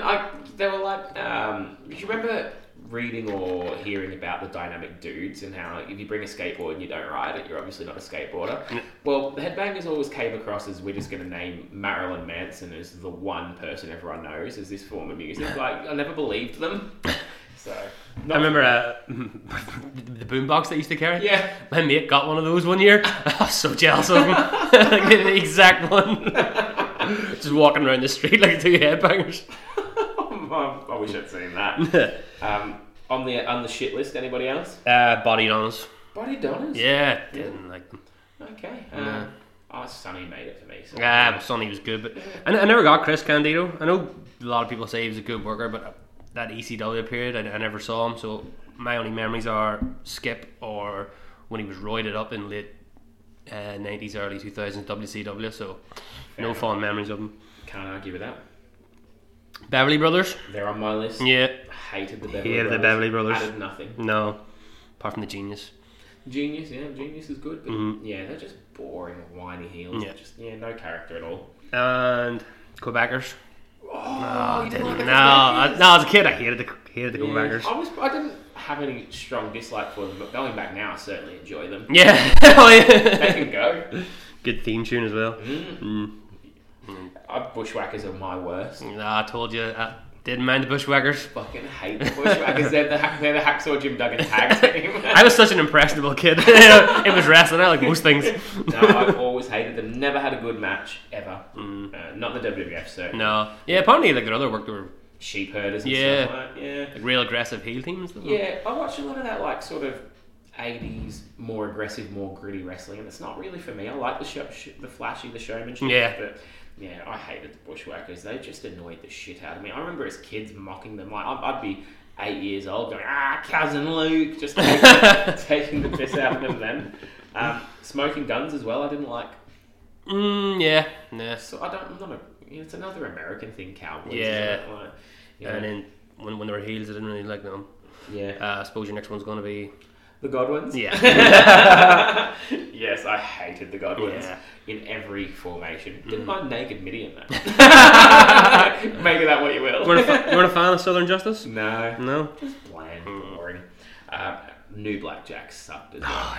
Speaker 1: I, they were like, um, do you remember reading or hearing about the dynamic dudes and how like, if you bring a skateboard and you don't ride it, you're obviously not a skateboarder? Well, the headbangers always came across as we're just going to name Marilyn Manson as the one person everyone knows as this form of music. Like, I never believed them. So,
Speaker 2: I remember uh, the boombox they used to carry.
Speaker 1: yeah.
Speaker 2: My mate got one of those one year. I was so jealous of him. like the exact one. Just walking around the street like two headbangers.
Speaker 1: I wish I'd seen that. Um, on the on the shit list, anybody else?
Speaker 2: uh, body dons.
Speaker 1: Body donors?
Speaker 2: Yeah, didn't like them.
Speaker 1: Okay. Uh, Oh, Sonny made it for me. So.
Speaker 2: Ah, Sonny was good, but I, I never got Chris Candido. I know a lot of people say he was a good worker, but that ECW period, I, I never saw him. So my only memories are Skip or when he was roided up in late uh, 90s, early 2000s WCW. So no
Speaker 1: enough.
Speaker 2: fond memories of him.
Speaker 1: Can't argue with that.
Speaker 2: Beverly Brothers.
Speaker 1: They're on my list.
Speaker 2: Yeah.
Speaker 1: Hated the Beverly
Speaker 2: Hated the
Speaker 1: Brothers.
Speaker 2: Beverly Brothers.
Speaker 1: Added nothing.
Speaker 2: No, apart from the genius.
Speaker 1: Genius, yeah, Genius is good, but yeah, they're just boring, whiny heels.
Speaker 2: Mm-hmm. Yeah.
Speaker 1: Just yeah, no character at all.
Speaker 2: And Quebeckers.
Speaker 1: Oh, you didn't like the
Speaker 2: no, I,
Speaker 1: Quebecers?
Speaker 2: no, as a kid, I hated the hated the
Speaker 1: Yeah,
Speaker 2: Quebeckers.
Speaker 1: I was, I didn't have any strong dislike for them, but going back now, I certainly enjoy them.
Speaker 2: Yeah. Oh, yeah.
Speaker 1: They can go.
Speaker 2: Good theme tune as well.
Speaker 1: Mm-hmm. Uh, bushwhackers are my worst.
Speaker 2: Nah, I told you, I didn't mind the Bushwhackers.
Speaker 1: Fucking hate the bushwhackers. they're the hack- they're the hacksaw Jim Duggan tag team.
Speaker 2: I was such an impressionable kid. it was wrestling. I like most things.
Speaker 1: No, I've always hated them. Never had a good match ever. Uh, not the WWF, so
Speaker 2: Mm. No. Yeah, apparently like their other work, they were
Speaker 1: sheep herders and
Speaker 2: Yeah.
Speaker 1: stuff like that. Yeah,
Speaker 2: like real aggressive heel teams. didn't they?
Speaker 1: yeah. I watch a lot of that like sort of eighties, more aggressive, more gritty wrestling, and it's not really for me. I like the show, sh- the flashy, the showmanship.
Speaker 2: Yeah.
Speaker 1: but Yeah, I hated the Bushwhackers. They just annoyed the shit out of me. I remember as kids mocking them. Like I'd, I'd be eight years old, going ah, cousin Luke, just taking, taking the piss out of them. Then um, smoking guns as well. I didn't like.
Speaker 2: Mm, yeah, yeah.
Speaker 1: So I don't. I'm not a, you know, it's another American thing. Cowboys.
Speaker 2: Yeah.
Speaker 1: isn't it? Like, you know,
Speaker 2: And then when, when they were heels, I didn't really like them.
Speaker 1: yeah.
Speaker 2: Uh, I suppose your next one's going to be
Speaker 1: The Godwins.
Speaker 2: yeah,
Speaker 1: yes, I hated the Godwins
Speaker 2: Yeah. Mm.
Speaker 1: in every formation. Didn't mind naked Midian though. Maybe that what you will.
Speaker 2: we're, not a fa- we're not a fan of Southern Justice.
Speaker 1: no.
Speaker 2: No.
Speaker 1: bland, boring. Uh, New Blackjack sucked as
Speaker 2: Oh,
Speaker 1: well.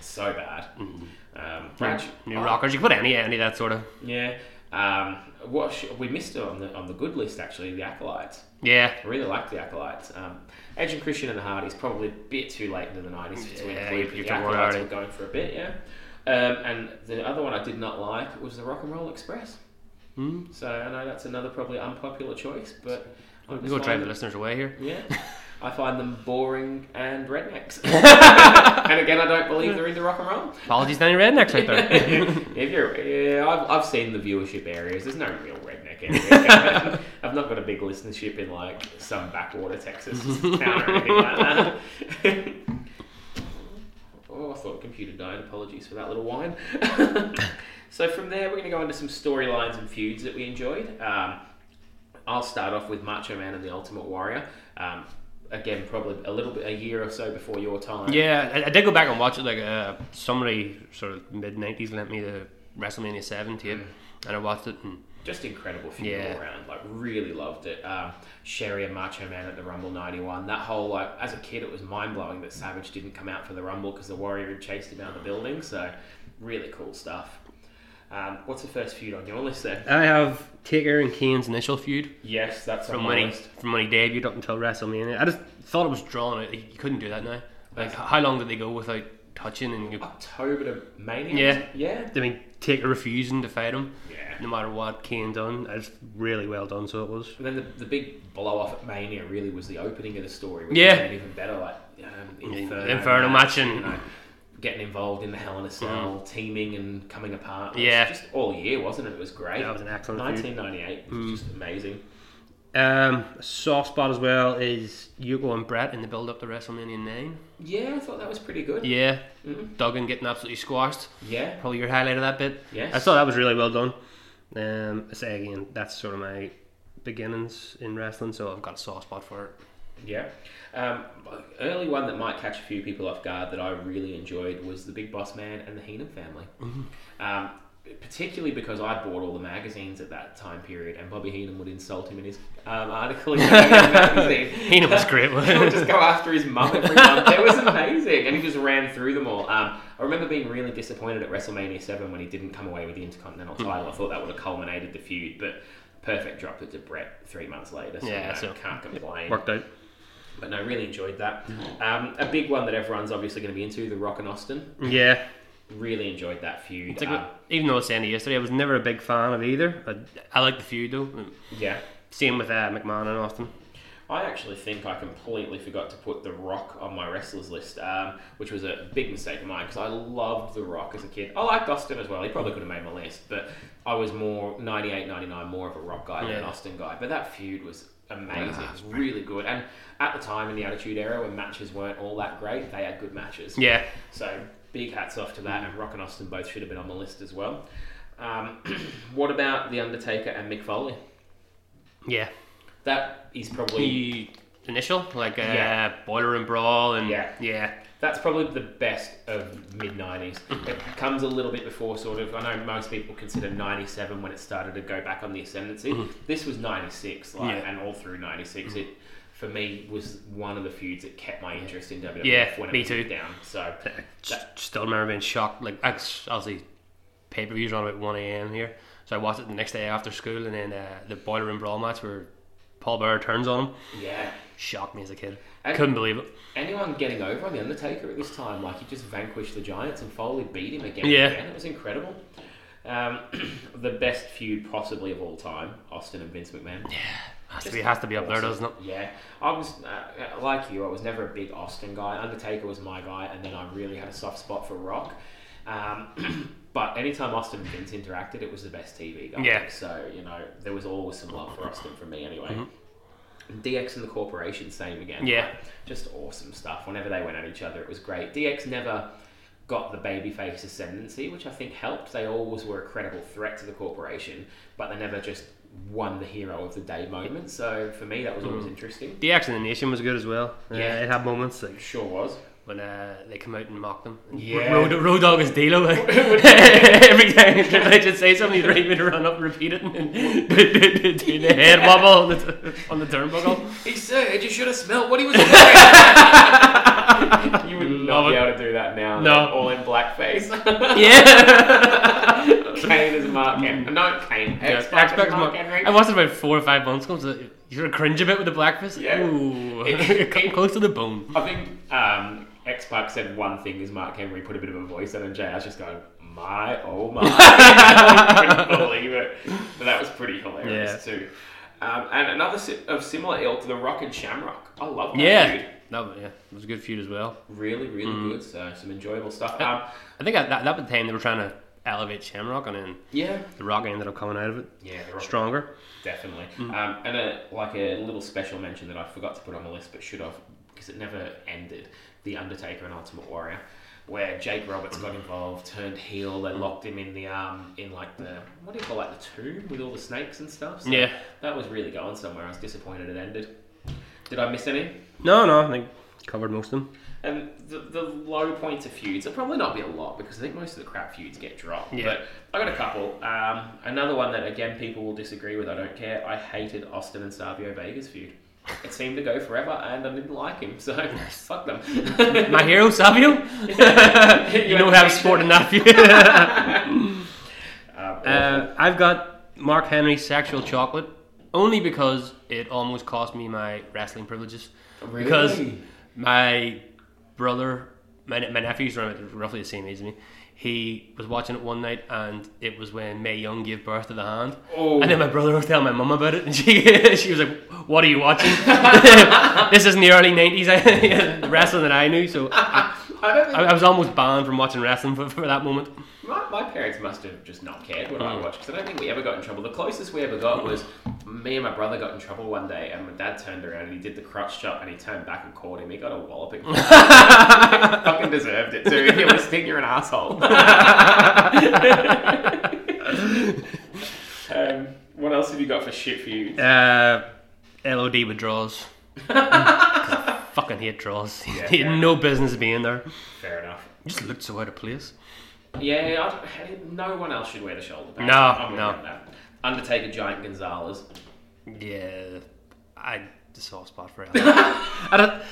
Speaker 1: So bad.
Speaker 2: Mm.
Speaker 1: Um, Brad,
Speaker 2: New
Speaker 1: oh,
Speaker 2: rockers. You could put any any of that sort of.
Speaker 1: Yeah. Um, what sh- we missed on the on the good list actually the acolytes.
Speaker 2: Yeah.
Speaker 1: I really liked the acolytes. Um, Edge and Christian and the Hardys probably a bit too late into the nineties to
Speaker 2: Yeah,
Speaker 1: include.
Speaker 2: you've-
Speaker 1: but
Speaker 2: you've
Speaker 1: the
Speaker 2: done one
Speaker 1: acolytes were
Speaker 2: already.
Speaker 1: going for a bit, yeah. Um, and the other one I did not like was the Rock and Roll Express.
Speaker 2: Mm.
Speaker 1: So I know that's another probably unpopular choice, but I
Speaker 2: We'll
Speaker 1: just
Speaker 2: go drive
Speaker 1: find
Speaker 2: the
Speaker 1: them-
Speaker 2: listeners away here.
Speaker 1: yeah. I find them boring and rednecks. and again, I don't believe they're into rock and roll.
Speaker 2: Apologies to any rednecks out there.
Speaker 1: if you're, yeah, I've, I've seen the viewership areas. There's no real redneck area. I've not got a big listenership in like some backwater Texas town or anything like that. oh, I thought computer died. Apologies for that little whine. so from there, we're going to go into some storylines and feuds that we enjoyed. Um, I'll start off with Macho Man and the Ultimate Warrior. Um, again, probably a little bit a year or so before your time.
Speaker 2: Yeah, I, I did go back and watch it. Like uh, somebody sort of mid '90s lent me the WrestleMania Seven tape, and I watched it. And
Speaker 1: just incredible funeral
Speaker 2: Yeah.
Speaker 1: round. Like really loved it. Um, Sherry and Macho Man at the Rumble '91. That whole like as a kid, it was mind blowing that Savage didn't come out for the Rumble because the Warrior had chased him out of the building. So really cool stuff. Um, what's the first feud on your list then?
Speaker 2: I have Taker and Kane's initial feud
Speaker 1: Yes, that's on
Speaker 2: from
Speaker 1: my
Speaker 2: when he
Speaker 1: list.
Speaker 2: from when he debuted up until WrestleMania. I just thought it was drawn out. You couldn't do that now. Like
Speaker 1: That's-
Speaker 2: how long did they go without touching? And you,
Speaker 1: October to Mania.
Speaker 2: Yeah.
Speaker 1: yeah,
Speaker 2: I mean, Taker refusing to fight him,
Speaker 1: yeah.
Speaker 2: no matter what Kane done. It's really well done. So it was.
Speaker 1: But then the, the big blow off at Mania really was the opening of the story, which
Speaker 2: Yeah.
Speaker 1: made it even better. Like um, Inferno,
Speaker 2: Inferno match and- Mm.
Speaker 1: you know, getting involved in the Hell in a Cell, teaming and coming apart. It was
Speaker 2: Yeah.
Speaker 1: just all year, wasn't it? It was great.
Speaker 2: That was an excellent feud. Mm.
Speaker 1: 1998 was just amazing.
Speaker 2: Um, a soft spot as well is Hugo and Brett in the build up to WrestleMania Nine.
Speaker 1: Yeah, I thought that was pretty good.
Speaker 2: Yeah,
Speaker 1: Mhm.
Speaker 2: Duggan getting absolutely squashed.
Speaker 1: Yeah,
Speaker 2: Probably your highlight of that bit.
Speaker 1: Yes.
Speaker 2: I thought that was really well done. Um, I say again, that's sort of my beginnings in wrestling, so I've got a soft spot for it.
Speaker 1: yeah. Um, early one that might catch a few people off guard that I really enjoyed was the Big Boss Man and the Heenan family.
Speaker 2: Mm-hmm.
Speaker 1: Um, particularly because I bought all the magazines at that time period, and Bobby Heenan would insult him in his um, article in the magazine.
Speaker 2: Heenan was great.
Speaker 1: he would just go after his mum every month. It was amazing, and he just ran through them all. Um, I remember being really disappointed at WrestleMania Seven when he didn't come away with the Intercontinental
Speaker 2: Mm.
Speaker 1: title. I thought that would have culminated the feud, but Perfect dropped it to Brett three months later, so,
Speaker 2: Yeah,
Speaker 1: yeah,
Speaker 2: so-
Speaker 1: can't complain.
Speaker 2: Worked out.
Speaker 1: But no, really enjoyed that.
Speaker 2: Mm.
Speaker 1: Um, a big one that everyone's obviously going to be into: The Rock and Austin.
Speaker 2: Yeah.
Speaker 1: Really enjoyed that feud.
Speaker 2: It's like,
Speaker 1: Um,
Speaker 2: even though I was saying it yesterday, I was never a big fan of either. I, I like the feud though. Mm.
Speaker 1: yeah.
Speaker 2: Same with uh, McMahon and Austin.
Speaker 1: I actually think I completely forgot to put The Rock on my wrestlers list, um, which was a big mistake of mine because I loved The Rock as a kid. I liked Austin as well. He probably could have made my list, but I was more 98, 99, more of a Rock guy than an
Speaker 2: Yeah. Ah,
Speaker 1: Austin guy. But that feud was amazing. it was really good. And at the time in the Attitude Era, when matches weren't all that great, they had good matches.
Speaker 2: Yeah.
Speaker 1: So big hats off to that, and Rock and Austin both should have been on the list as well. Um, what about The Undertaker and Mick Foley?
Speaker 2: Yeah.
Speaker 1: That is probably.
Speaker 2: The initial, like uh,
Speaker 1: Yeah.
Speaker 2: Boiler and Brawl, and
Speaker 1: Yeah.
Speaker 2: yeah.
Speaker 1: That's probably the best of mid 90s. It comes a little bit before, sort of. I know most people consider 97 when it started to go back on the ascendancy. This was 96, like,
Speaker 2: Hmm. Yeah. Hmm.
Speaker 1: and all through 96. It, for me, was one of the feuds that kept my interest in WWF
Speaker 2: Yeah,
Speaker 1: when it
Speaker 2: me
Speaker 1: was
Speaker 2: too.
Speaker 1: down. So,
Speaker 2: S- Still remember being shocked. Like I obviously, pay per views on about one a.m. here, so I watched it the next day after school, and then uh, the Boiler Room Brawl match where Paul Bearer turns on him
Speaker 1: yeah.
Speaker 2: shocked me as a kid.
Speaker 1: And-
Speaker 2: Couldn't believe it.
Speaker 1: Anyone getting over on The Undertaker at this time, like, he just vanquished the Giants and Foley beat him again
Speaker 2: Yeah.
Speaker 1: and again. It was incredible. Um, the best feud possibly of all time Austin and Vince McMahon.
Speaker 2: Has to be, has to be up there, doesn't it?
Speaker 1: Yeah, I was uh, like you. I was never a big Austin guy. Undertaker was my guy, and then I really had a soft spot for Rock. Um, But anytime Austin and Vince interacted, it was the best TV going.
Speaker 2: Yeah. Mm-hmm.
Speaker 1: So, you know, there was always some love for Austin from me anyway. And DX and the Corporation, same again.
Speaker 2: Yeah.
Speaker 1: Like, just awesome stuff. Whenever they went at each other, it was great. DX never got the babyface ascendancy, which I think helped. They always were a credible threat to the Corporation, but they never just won the hero of the day moment. So for me, that was
Speaker 2: Hmm.
Speaker 1: always interesting.
Speaker 2: The Action of the Nation was good as well.
Speaker 1: Yeah.
Speaker 2: Yeah, it had moments like
Speaker 1: Sure was.
Speaker 2: when uh, they come out and mock them. And
Speaker 1: Yeah.
Speaker 2: Road, Road Dog is Dilo. Every time they just say something, they're even run up and repeat it and do the head wobble on the, on the turnbuckle.
Speaker 1: He said you should have smelled what he was doing. you would not
Speaker 2: Love
Speaker 1: be
Speaker 2: it.
Speaker 1: able to do that now.
Speaker 2: No.
Speaker 1: all in blackface.
Speaker 2: Yeah.
Speaker 1: Kane is Mark Henry. No, Kane.
Speaker 2: Yeah,
Speaker 1: X Pac
Speaker 2: Xbox
Speaker 1: is Mark
Speaker 2: Mark-
Speaker 1: Henry.
Speaker 2: I watched it about four or five months ago. So you're a cringe a bit with the blackfist.
Speaker 1: Yeah.
Speaker 2: Ooh,
Speaker 1: It-
Speaker 2: come
Speaker 1: it- Oh,
Speaker 2: close to the bone.
Speaker 1: I think um, X Pac said one thing is Mark Henry put a bit of a voice on, and Jay was just going, "My oh my!" I couldn't believe it. But that was pretty hilarious
Speaker 2: Yeah.
Speaker 1: too. Um, and another si- of similar ilk, the Rock and Shamrock. I love that
Speaker 2: Yeah, Mm-hmm.
Speaker 1: feud.
Speaker 2: that was, yeah, it was a good feud as well.
Speaker 1: Really, really good. So some enjoyable stuff. Um,
Speaker 2: I think at that, that was the time they were trying to elevate Shamrock, and then
Speaker 1: yeah,
Speaker 2: the Rock ended up coming out of it
Speaker 1: yeah, the Rock
Speaker 2: stronger.
Speaker 1: Definitely. Um, and a, like a little special mention that I forgot to put on the list but should have because it never ended The Undertaker and Ultimate Warrior, where Jake Roberts got involved, turned heel, they locked him in the, um, in like the, what do you call like the tomb with all the snakes and stuff? So
Speaker 2: Yeah.
Speaker 1: That was really going somewhere. I was disappointed it ended. Did I miss any?
Speaker 2: No, no, I think covered most of them.
Speaker 1: And Um, the, the low points of feuds, there'll probably not be a lot because I think most of the crap feuds get dropped.
Speaker 2: Yeah.
Speaker 1: But I got a couple. Um, another one that, again, people will disagree with, I don't care. I hated Austin and Savio Vega's feud. It seemed to go forever and I didn't like him, so fuck them.
Speaker 2: My hero, Savio. you know how to sport enough. uh,
Speaker 1: Um,
Speaker 2: I've got Mark Henry's sexual chocolate only because it almost cost me my wrestling privileges.
Speaker 1: Really?
Speaker 2: Because my brother, my, ne- my nephew's around roughly the same age as me. He was watching it one night, and it was when May Young gave birth to the hand.
Speaker 1: Oh.
Speaker 2: And then my brother was telling my mum about it, and she she was like, "What are you watching? this is in the early '90s, I- the wrestling that I knew." So I,
Speaker 1: I don't think
Speaker 2: I was almost banned from watching wrestling for, for that moment.
Speaker 1: My, my parents must have just not cared what I watched because I don't think we ever got in trouble. The closest we ever got was me and my brother got in trouble one day, and my dad turned around and he did the crotch chop and he turned back and called him. He got a walloping. fucking deserved it too. If you're listening, you're an asshole. um, what else have you got for shit for you?
Speaker 2: Uh, LOD withdraws. fucking hate draws. he
Speaker 1: fair
Speaker 2: had no business being there.
Speaker 1: Fair enough.
Speaker 2: Just looked so out of place.
Speaker 1: Yeah, I don't- no one else should wear the shoulder pad.
Speaker 2: No,
Speaker 1: I'm with
Speaker 2: no.
Speaker 1: you on that. Undertaker, Giant Gonzalez.
Speaker 2: Yeah, I the soft spot for El. I don't.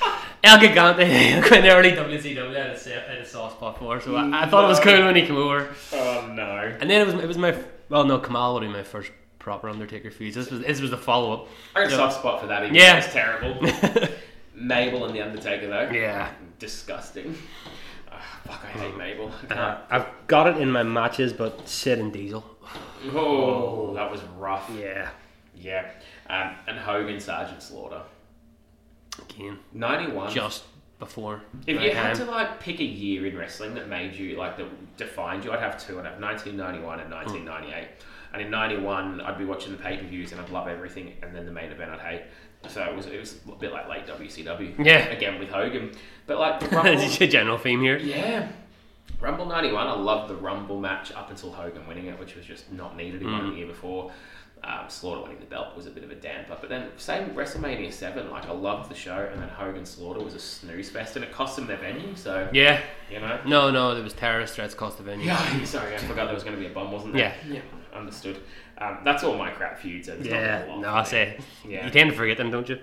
Speaker 2: El Gigante in the early WCW I had a, sa- I had a soft spot for, so I, I thought it was cool when he came over.
Speaker 1: Oh no.
Speaker 2: And then it was it was my well no Kamal would be my first proper Undertaker feud. This was this was the follow up.
Speaker 1: I got a soft spot for that. Even
Speaker 2: Yeah.
Speaker 1: yeah, it's terrible. Mabel and the Undertaker, though.
Speaker 2: Yeah.
Speaker 1: disgusting. Ah, fuck, I hate Mabel. I can't-
Speaker 2: Uh, I've got it in my matches, but Sid and Diesel.
Speaker 1: Oh, that was rough.
Speaker 2: Yeah,
Speaker 1: Yeah, um, and Hogan, Sergeant Slaughter,
Speaker 2: again,
Speaker 1: ninety-one.
Speaker 2: just before. um,
Speaker 1: if
Speaker 2: my
Speaker 1: you had
Speaker 2: time.
Speaker 1: to like pick a year in wrestling that made you like that defined you, I'd have two. I'd have nineteen ninety-one
Speaker 2: Hmm.
Speaker 1: and nineteen ninety-eight. And in ninety-one, I'd be watching the pay-per-views and I'd love everything, and then the main event I'd hate. So it was it was a bit like late WCW.
Speaker 2: Yeah.
Speaker 1: again with Hogan, but like the Rumble-
Speaker 2: It's a general theme here.
Speaker 1: Yeah. Rumble 91, I loved the Rumble match up until Hogan winning it, which was just not needed. He
Speaker 2: Mm.
Speaker 1: won the year before. Um, Slaughter winning the belt was a bit of a damper. But then, same WrestleMania 7, like I loved the show, and then Hogan Slaughter was a snooze fest, and it cost them their venue, so,
Speaker 2: Yeah,
Speaker 1: you know.
Speaker 2: no, no, there was terrorist threats cost the venue.
Speaker 1: Yeah, sorry, I forgot there was going to be a bomb, wasn't there?
Speaker 2: Yeah.
Speaker 1: Yeah. Understood. Um, that's all my crap feuds. and it's not
Speaker 2: Yeah,
Speaker 1: a lot
Speaker 2: no,
Speaker 1: for
Speaker 2: I
Speaker 1: me.
Speaker 2: say
Speaker 1: Yeah.
Speaker 2: you tend to forget them, don't you?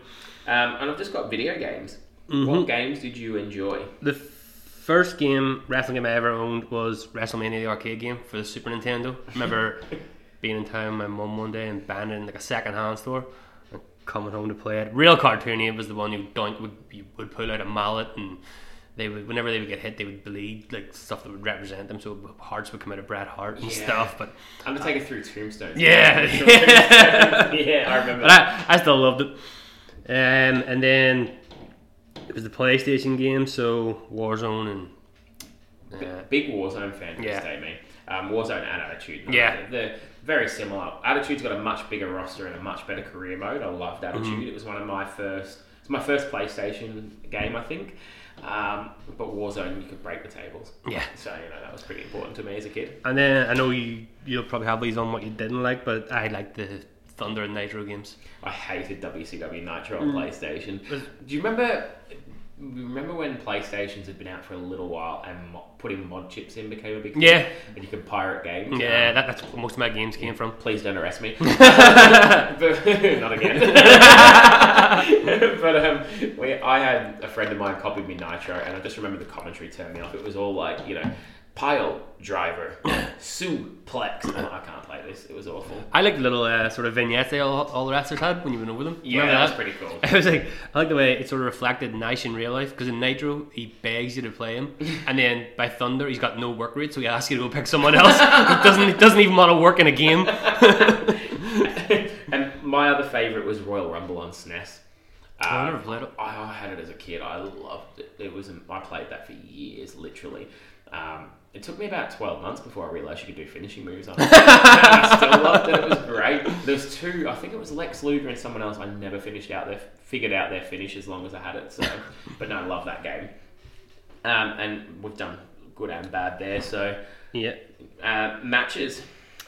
Speaker 1: Um, and I've just got video games.
Speaker 2: Mm-hmm.
Speaker 1: What games did you enjoy?
Speaker 2: The f- first game wrestling game I ever owned was WrestleMania the arcade game for the Super Nintendo. Remember being in town with my mum one day and buying it in like a second hand store and coming home to play it. Real cartoony. It was the one you doink would you would pull out a mallet and they would whenever they would get hit they would bleed like stuff that would represent them. So hearts would come out of Bret Hart and
Speaker 1: Yeah.
Speaker 2: stuff. But
Speaker 1: Undertaker through Tombstone.
Speaker 2: Yeah.
Speaker 1: yeah, I remember
Speaker 2: but I, I still loved it. Um, and then it was the PlayStation game, so Warzone and. Uh,
Speaker 1: Big Warzone fan to this
Speaker 2: Yeah.
Speaker 1: day, mate. um, Warzone and Attitude. Night.
Speaker 2: Yeah.
Speaker 1: They're very similar. Attitude's got a much bigger roster and a much better career mode. I
Speaker 2: Mhm.
Speaker 1: loved Attitude. It was one of my first, it's my first PlayStation game, I think. Um, but Warzone, you could break the tables.
Speaker 2: Yeah.
Speaker 1: So, you know, that was pretty important to me as a kid.
Speaker 2: And then I know you you'll probably have these on what you didn't like, but I like the Thunder and Nitro games.
Speaker 1: I hated WCW Nitro on
Speaker 2: Mm.
Speaker 1: PlayStation. Do you remember? Remember when PlayStations had been out for a little while and mo- putting mod chips in became a big thing?
Speaker 2: Yeah.
Speaker 1: and you could pirate games.
Speaker 2: Yeah, that, that's where most of my games came from.
Speaker 1: Please don't arrest me. But- not again. but um, we, I had a friend of mine copied me Nitro, and I just remember the commentary turned me off. It was all like, you know, pile driver, suplex. I'm like, I can't play this. It was awful.
Speaker 2: I like the little uh, sort of vignettes they all, all the wrestlers had when you went over them.
Speaker 1: Yeah,
Speaker 2: Remember
Speaker 1: that was pretty cool.
Speaker 2: I was like, I like the way it sort of reflected Nash in real life because in Nitro he begs you to play him, and then by Thunder he's got no work rate, so he asks you to go pick someone else. he doesn't he doesn't even want to work in a game.
Speaker 1: and my other favorite was Royal Rumble on SNES.
Speaker 2: Oh, I
Speaker 1: Um,
Speaker 2: never played it.
Speaker 1: I I had it as a kid. I loved it. It was I played that for years, literally. Um, it took me about twelve months before I realized you could do finishing moves on it. I still loved it. It was great. There's two. I think it was Lex Luger and someone else. I never finished out their figured out their finish as long as I had it. So, but no, I love that game. Um, and we've done good and bad there. So
Speaker 2: Yeah.
Speaker 1: uh, matches.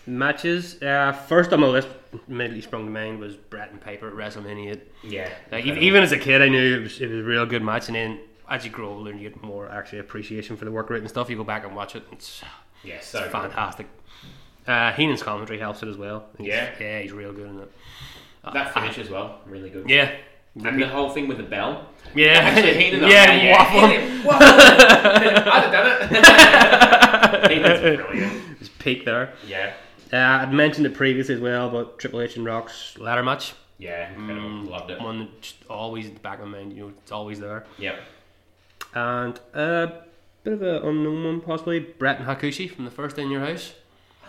Speaker 2: Matches. Uh, first on my list, immediately sprung to mind was Brett and Piper at WrestleMania.
Speaker 1: Yeah.
Speaker 2: Like, e- even as a kid, I knew it was, it was a real good match, and then as you grow older and you get more actually appreciation for the work rate and stuff, you go back and watch it. And it's
Speaker 1: yeah, so good.
Speaker 2: fantastic. Uh, Heenan's commentary helps it as well. He's-
Speaker 1: Yeah.
Speaker 2: yeah, he's real good in it.
Speaker 1: that finish as well, really good.
Speaker 2: Yeah,
Speaker 1: And the whole thing with the bell.
Speaker 2: yeah,
Speaker 1: Actually, Heenan.
Speaker 2: yeah,
Speaker 1: I'm like,
Speaker 2: waffle.
Speaker 1: hit him, waffle. I'd have done it. Heenan's brilliant.
Speaker 2: His peak there.
Speaker 1: Yeah.
Speaker 2: Uh, I'd mentioned it previously as well, but Triple H and Rock's ladder match,
Speaker 1: Yeah, incredible.
Speaker 2: Mm.
Speaker 1: Loved it.
Speaker 2: one that's just always in the back of my mind. You know, it's always there.
Speaker 1: Yep.
Speaker 2: And a uh, bit of an unknown one, possibly Brett and Hakushi from the first day in your house.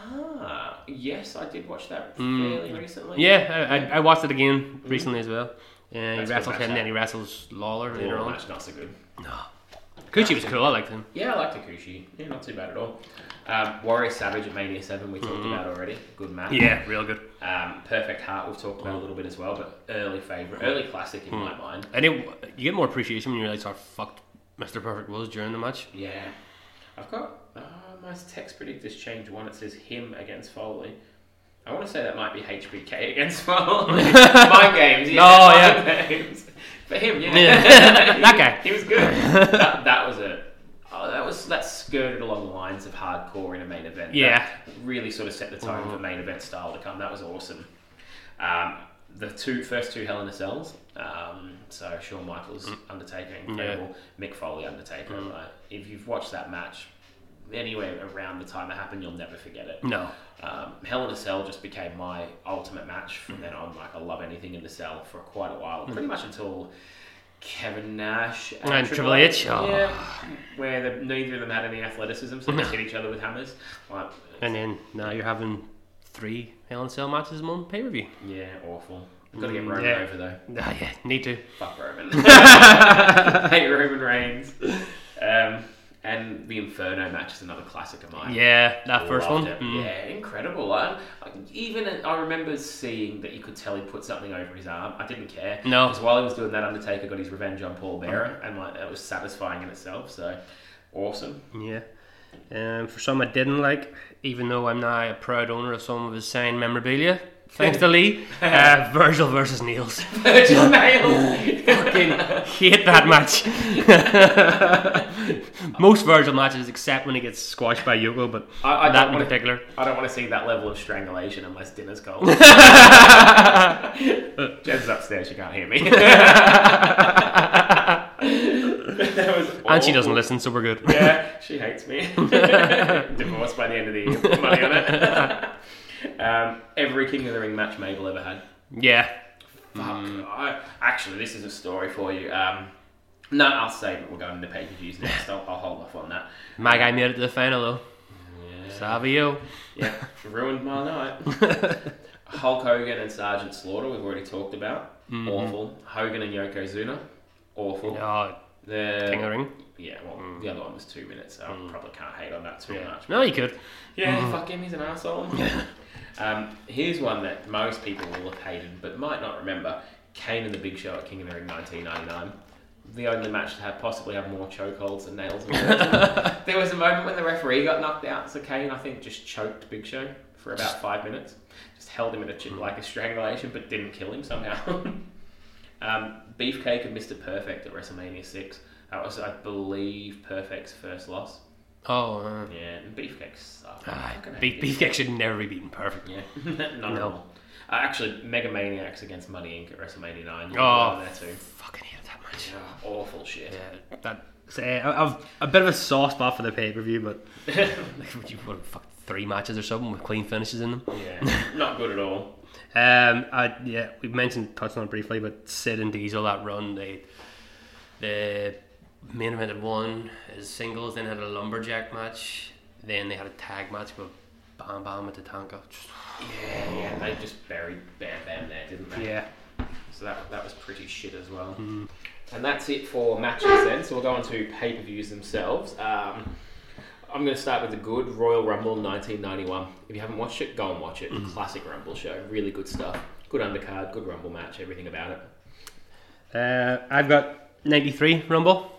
Speaker 1: Ah, yes, I did watch that fairly recently.
Speaker 2: Mm. Yeah, I, I, I watched it again recently as well. Yeah, he
Speaker 1: That's a good
Speaker 2: wrestles
Speaker 1: match,
Speaker 2: him,
Speaker 1: that.
Speaker 2: then he wrestles Lawler
Speaker 1: Oh,
Speaker 2: later on.
Speaker 1: that's not so good.
Speaker 2: Gucci was cool. I liked him.
Speaker 1: Yeah, I liked Takushi. Yeah, not too bad at all. Um, Warrior Savage at Mania 7, we talked about already. Good match.
Speaker 2: Mm. Yeah, Mm. real good.
Speaker 1: Um, Perfect Heart, we've talked about a little bit as well, but early favourite, early classic in
Speaker 2: Hmm.
Speaker 1: my mind.
Speaker 2: And it, you get more appreciation when you realize how fucked Mr. Perfect was during the match.
Speaker 1: Yeah. I've got uh, my text predictors change one. It says him against Foley. I want to say that might be HBK against Foley. mind games. Yeah,
Speaker 2: No,
Speaker 1: mind games. But him, yeah.
Speaker 2: Yeah. That guy.
Speaker 1: He was good. That, that was a. Oh, that was that skirted along the lines of hardcore in a main event.
Speaker 2: Yeah.
Speaker 1: That really sort of set the tone for main event style to come. That was awesome. Um, the two first two Hell in a Cells. Um, so Shawn Michaels Undertaker, incredible. Mick Foley Undertaker. Like, if you've watched that match anywhere around the time it happened, you'll never forget it.
Speaker 2: No.
Speaker 1: Um, Hell in a Cell just became my ultimate match from then on. Like I love anything in the cell for quite a while, pretty much until Kevin Nash and,
Speaker 2: And Triple H, oh.
Speaker 1: yeah, where the, neither of them had any athleticism, so they just hit each other with hammers. Like,
Speaker 2: And then now you're having three Hell in a Cell matches in one pay per view.
Speaker 1: yeah, awful. Got to get Roman
Speaker 2: Mm, yeah.
Speaker 1: over though.
Speaker 2: Ah, yeah, need to.
Speaker 1: Fuck Roman. Hate Roman Reigns. Um, and the Inferno match is another classic of mine.
Speaker 2: Yeah, that first
Speaker 1: Loved
Speaker 2: one.
Speaker 1: it.
Speaker 2: Mm.
Speaker 1: Yeah, incredible. I, I- even I remember seeing that you could tell he put something over his arm. I didn't care.
Speaker 2: No.
Speaker 1: Because while he was doing that, Undertaker got his revenge on Paul Bearer, and like that was satisfying in itself. So awesome.
Speaker 2: Mm, Yeah. Um, for some I didn't like, even though I'm now a proud owner of some of his signed memorabilia, thanks to Lee, uh, Virgil versus Niels.
Speaker 1: Virgil Nails.
Speaker 2: Fucking hate that match. Most Virgil matches, except when he gets squashed by Yoko, but
Speaker 1: I- I
Speaker 2: that
Speaker 1: don't
Speaker 2: in
Speaker 1: wanna-
Speaker 2: particular.
Speaker 1: I don't want to see that level of strangulation unless dinner's cold. Jen's upstairs; she can't hear me. that was
Speaker 2: And she
Speaker 1: awful.
Speaker 2: doesn't listen, so we're good.
Speaker 1: Oh. Yeah, she hates me. Divorced by the end of the year. Put money on it. um, every King of the Ring match Mabel ever had.
Speaker 2: Yeah.
Speaker 1: Fuck.
Speaker 2: Hmm.
Speaker 1: I, actually, this is a story for you. Um, no, I'll save it. We'll go into pay per views next. I'll, I'll hold off on that.
Speaker 2: My guy made it to the final, though. Savio.
Speaker 1: Yeah, ruined my night. Hulk Hogan and Sergeant
Speaker 2: Mm-hmm.
Speaker 1: Slaughter, we've already talked about. Awful. Hogan and Yokozuna, awful.
Speaker 2: Oh,
Speaker 1: The
Speaker 2: King of the Ring. Mm.
Speaker 1: Yeah, well, the other one was two minutes. So I probably can't hate on that too
Speaker 2: Yeah.
Speaker 1: much.
Speaker 2: No, you could.
Speaker 1: Yeah, fuck him, he's an asshole. um, here's one that most people will have hated but might not remember Kane and the Big Show at King of the Ring 1999. The only match to have possibly have more chokeholds and nails. in it. there was a moment when the referee got knocked out, so Kane, I think, just choked Big Show for about five minutes. Just held him in a ch- like a strangulation, but didn't kill him somehow. um, Beefcake and Mr. Perfect at WrestleMania 6. That was, I believe, Perfect's first loss.
Speaker 2: Oh, uh,
Speaker 1: Yeah, and Beefcake sucked.
Speaker 2: ah,
Speaker 1: Fucking hate
Speaker 2: beef, beefcake should never be beaten perfect.
Speaker 1: yeah, not at
Speaker 2: No.
Speaker 1: all. Uh, actually, Mega Maniacs against Money Inc. at WrestleMania 9. You
Speaker 2: Oh.
Speaker 1: were there too.
Speaker 2: Fucking hate that much.
Speaker 1: Yeah, awful shit.
Speaker 2: Yeah, that. Say, I- I've a bit of a soft spot for the pay per view, but would you what, fuck three matches or something with clean finishes in them?
Speaker 1: Yeah, not good at all.
Speaker 2: Um, I, yeah, we mentioned touched on it briefly, but Sid and Diesel that run they the main event had one as singles, then had a lumberjack match, then they had a tag match with Bam Bam with the Tanka.
Speaker 1: Yeah, yeah, they just buried Bam Bam there, didn't they?
Speaker 2: Yeah,
Speaker 1: So that, that was pretty shit as well.
Speaker 2: Hmm.
Speaker 1: And that's it for matches then. So we'll go on to pay per views themselves. Um, I'm going to start with the good Royal Rumble 1991. If you haven't watched it, go and watch
Speaker 2: Hmm.
Speaker 1: it. Classic Rumble show. Really good stuff. Good undercard, good Rumble match, everything about it.
Speaker 2: uh, I've got ninety three Rumble.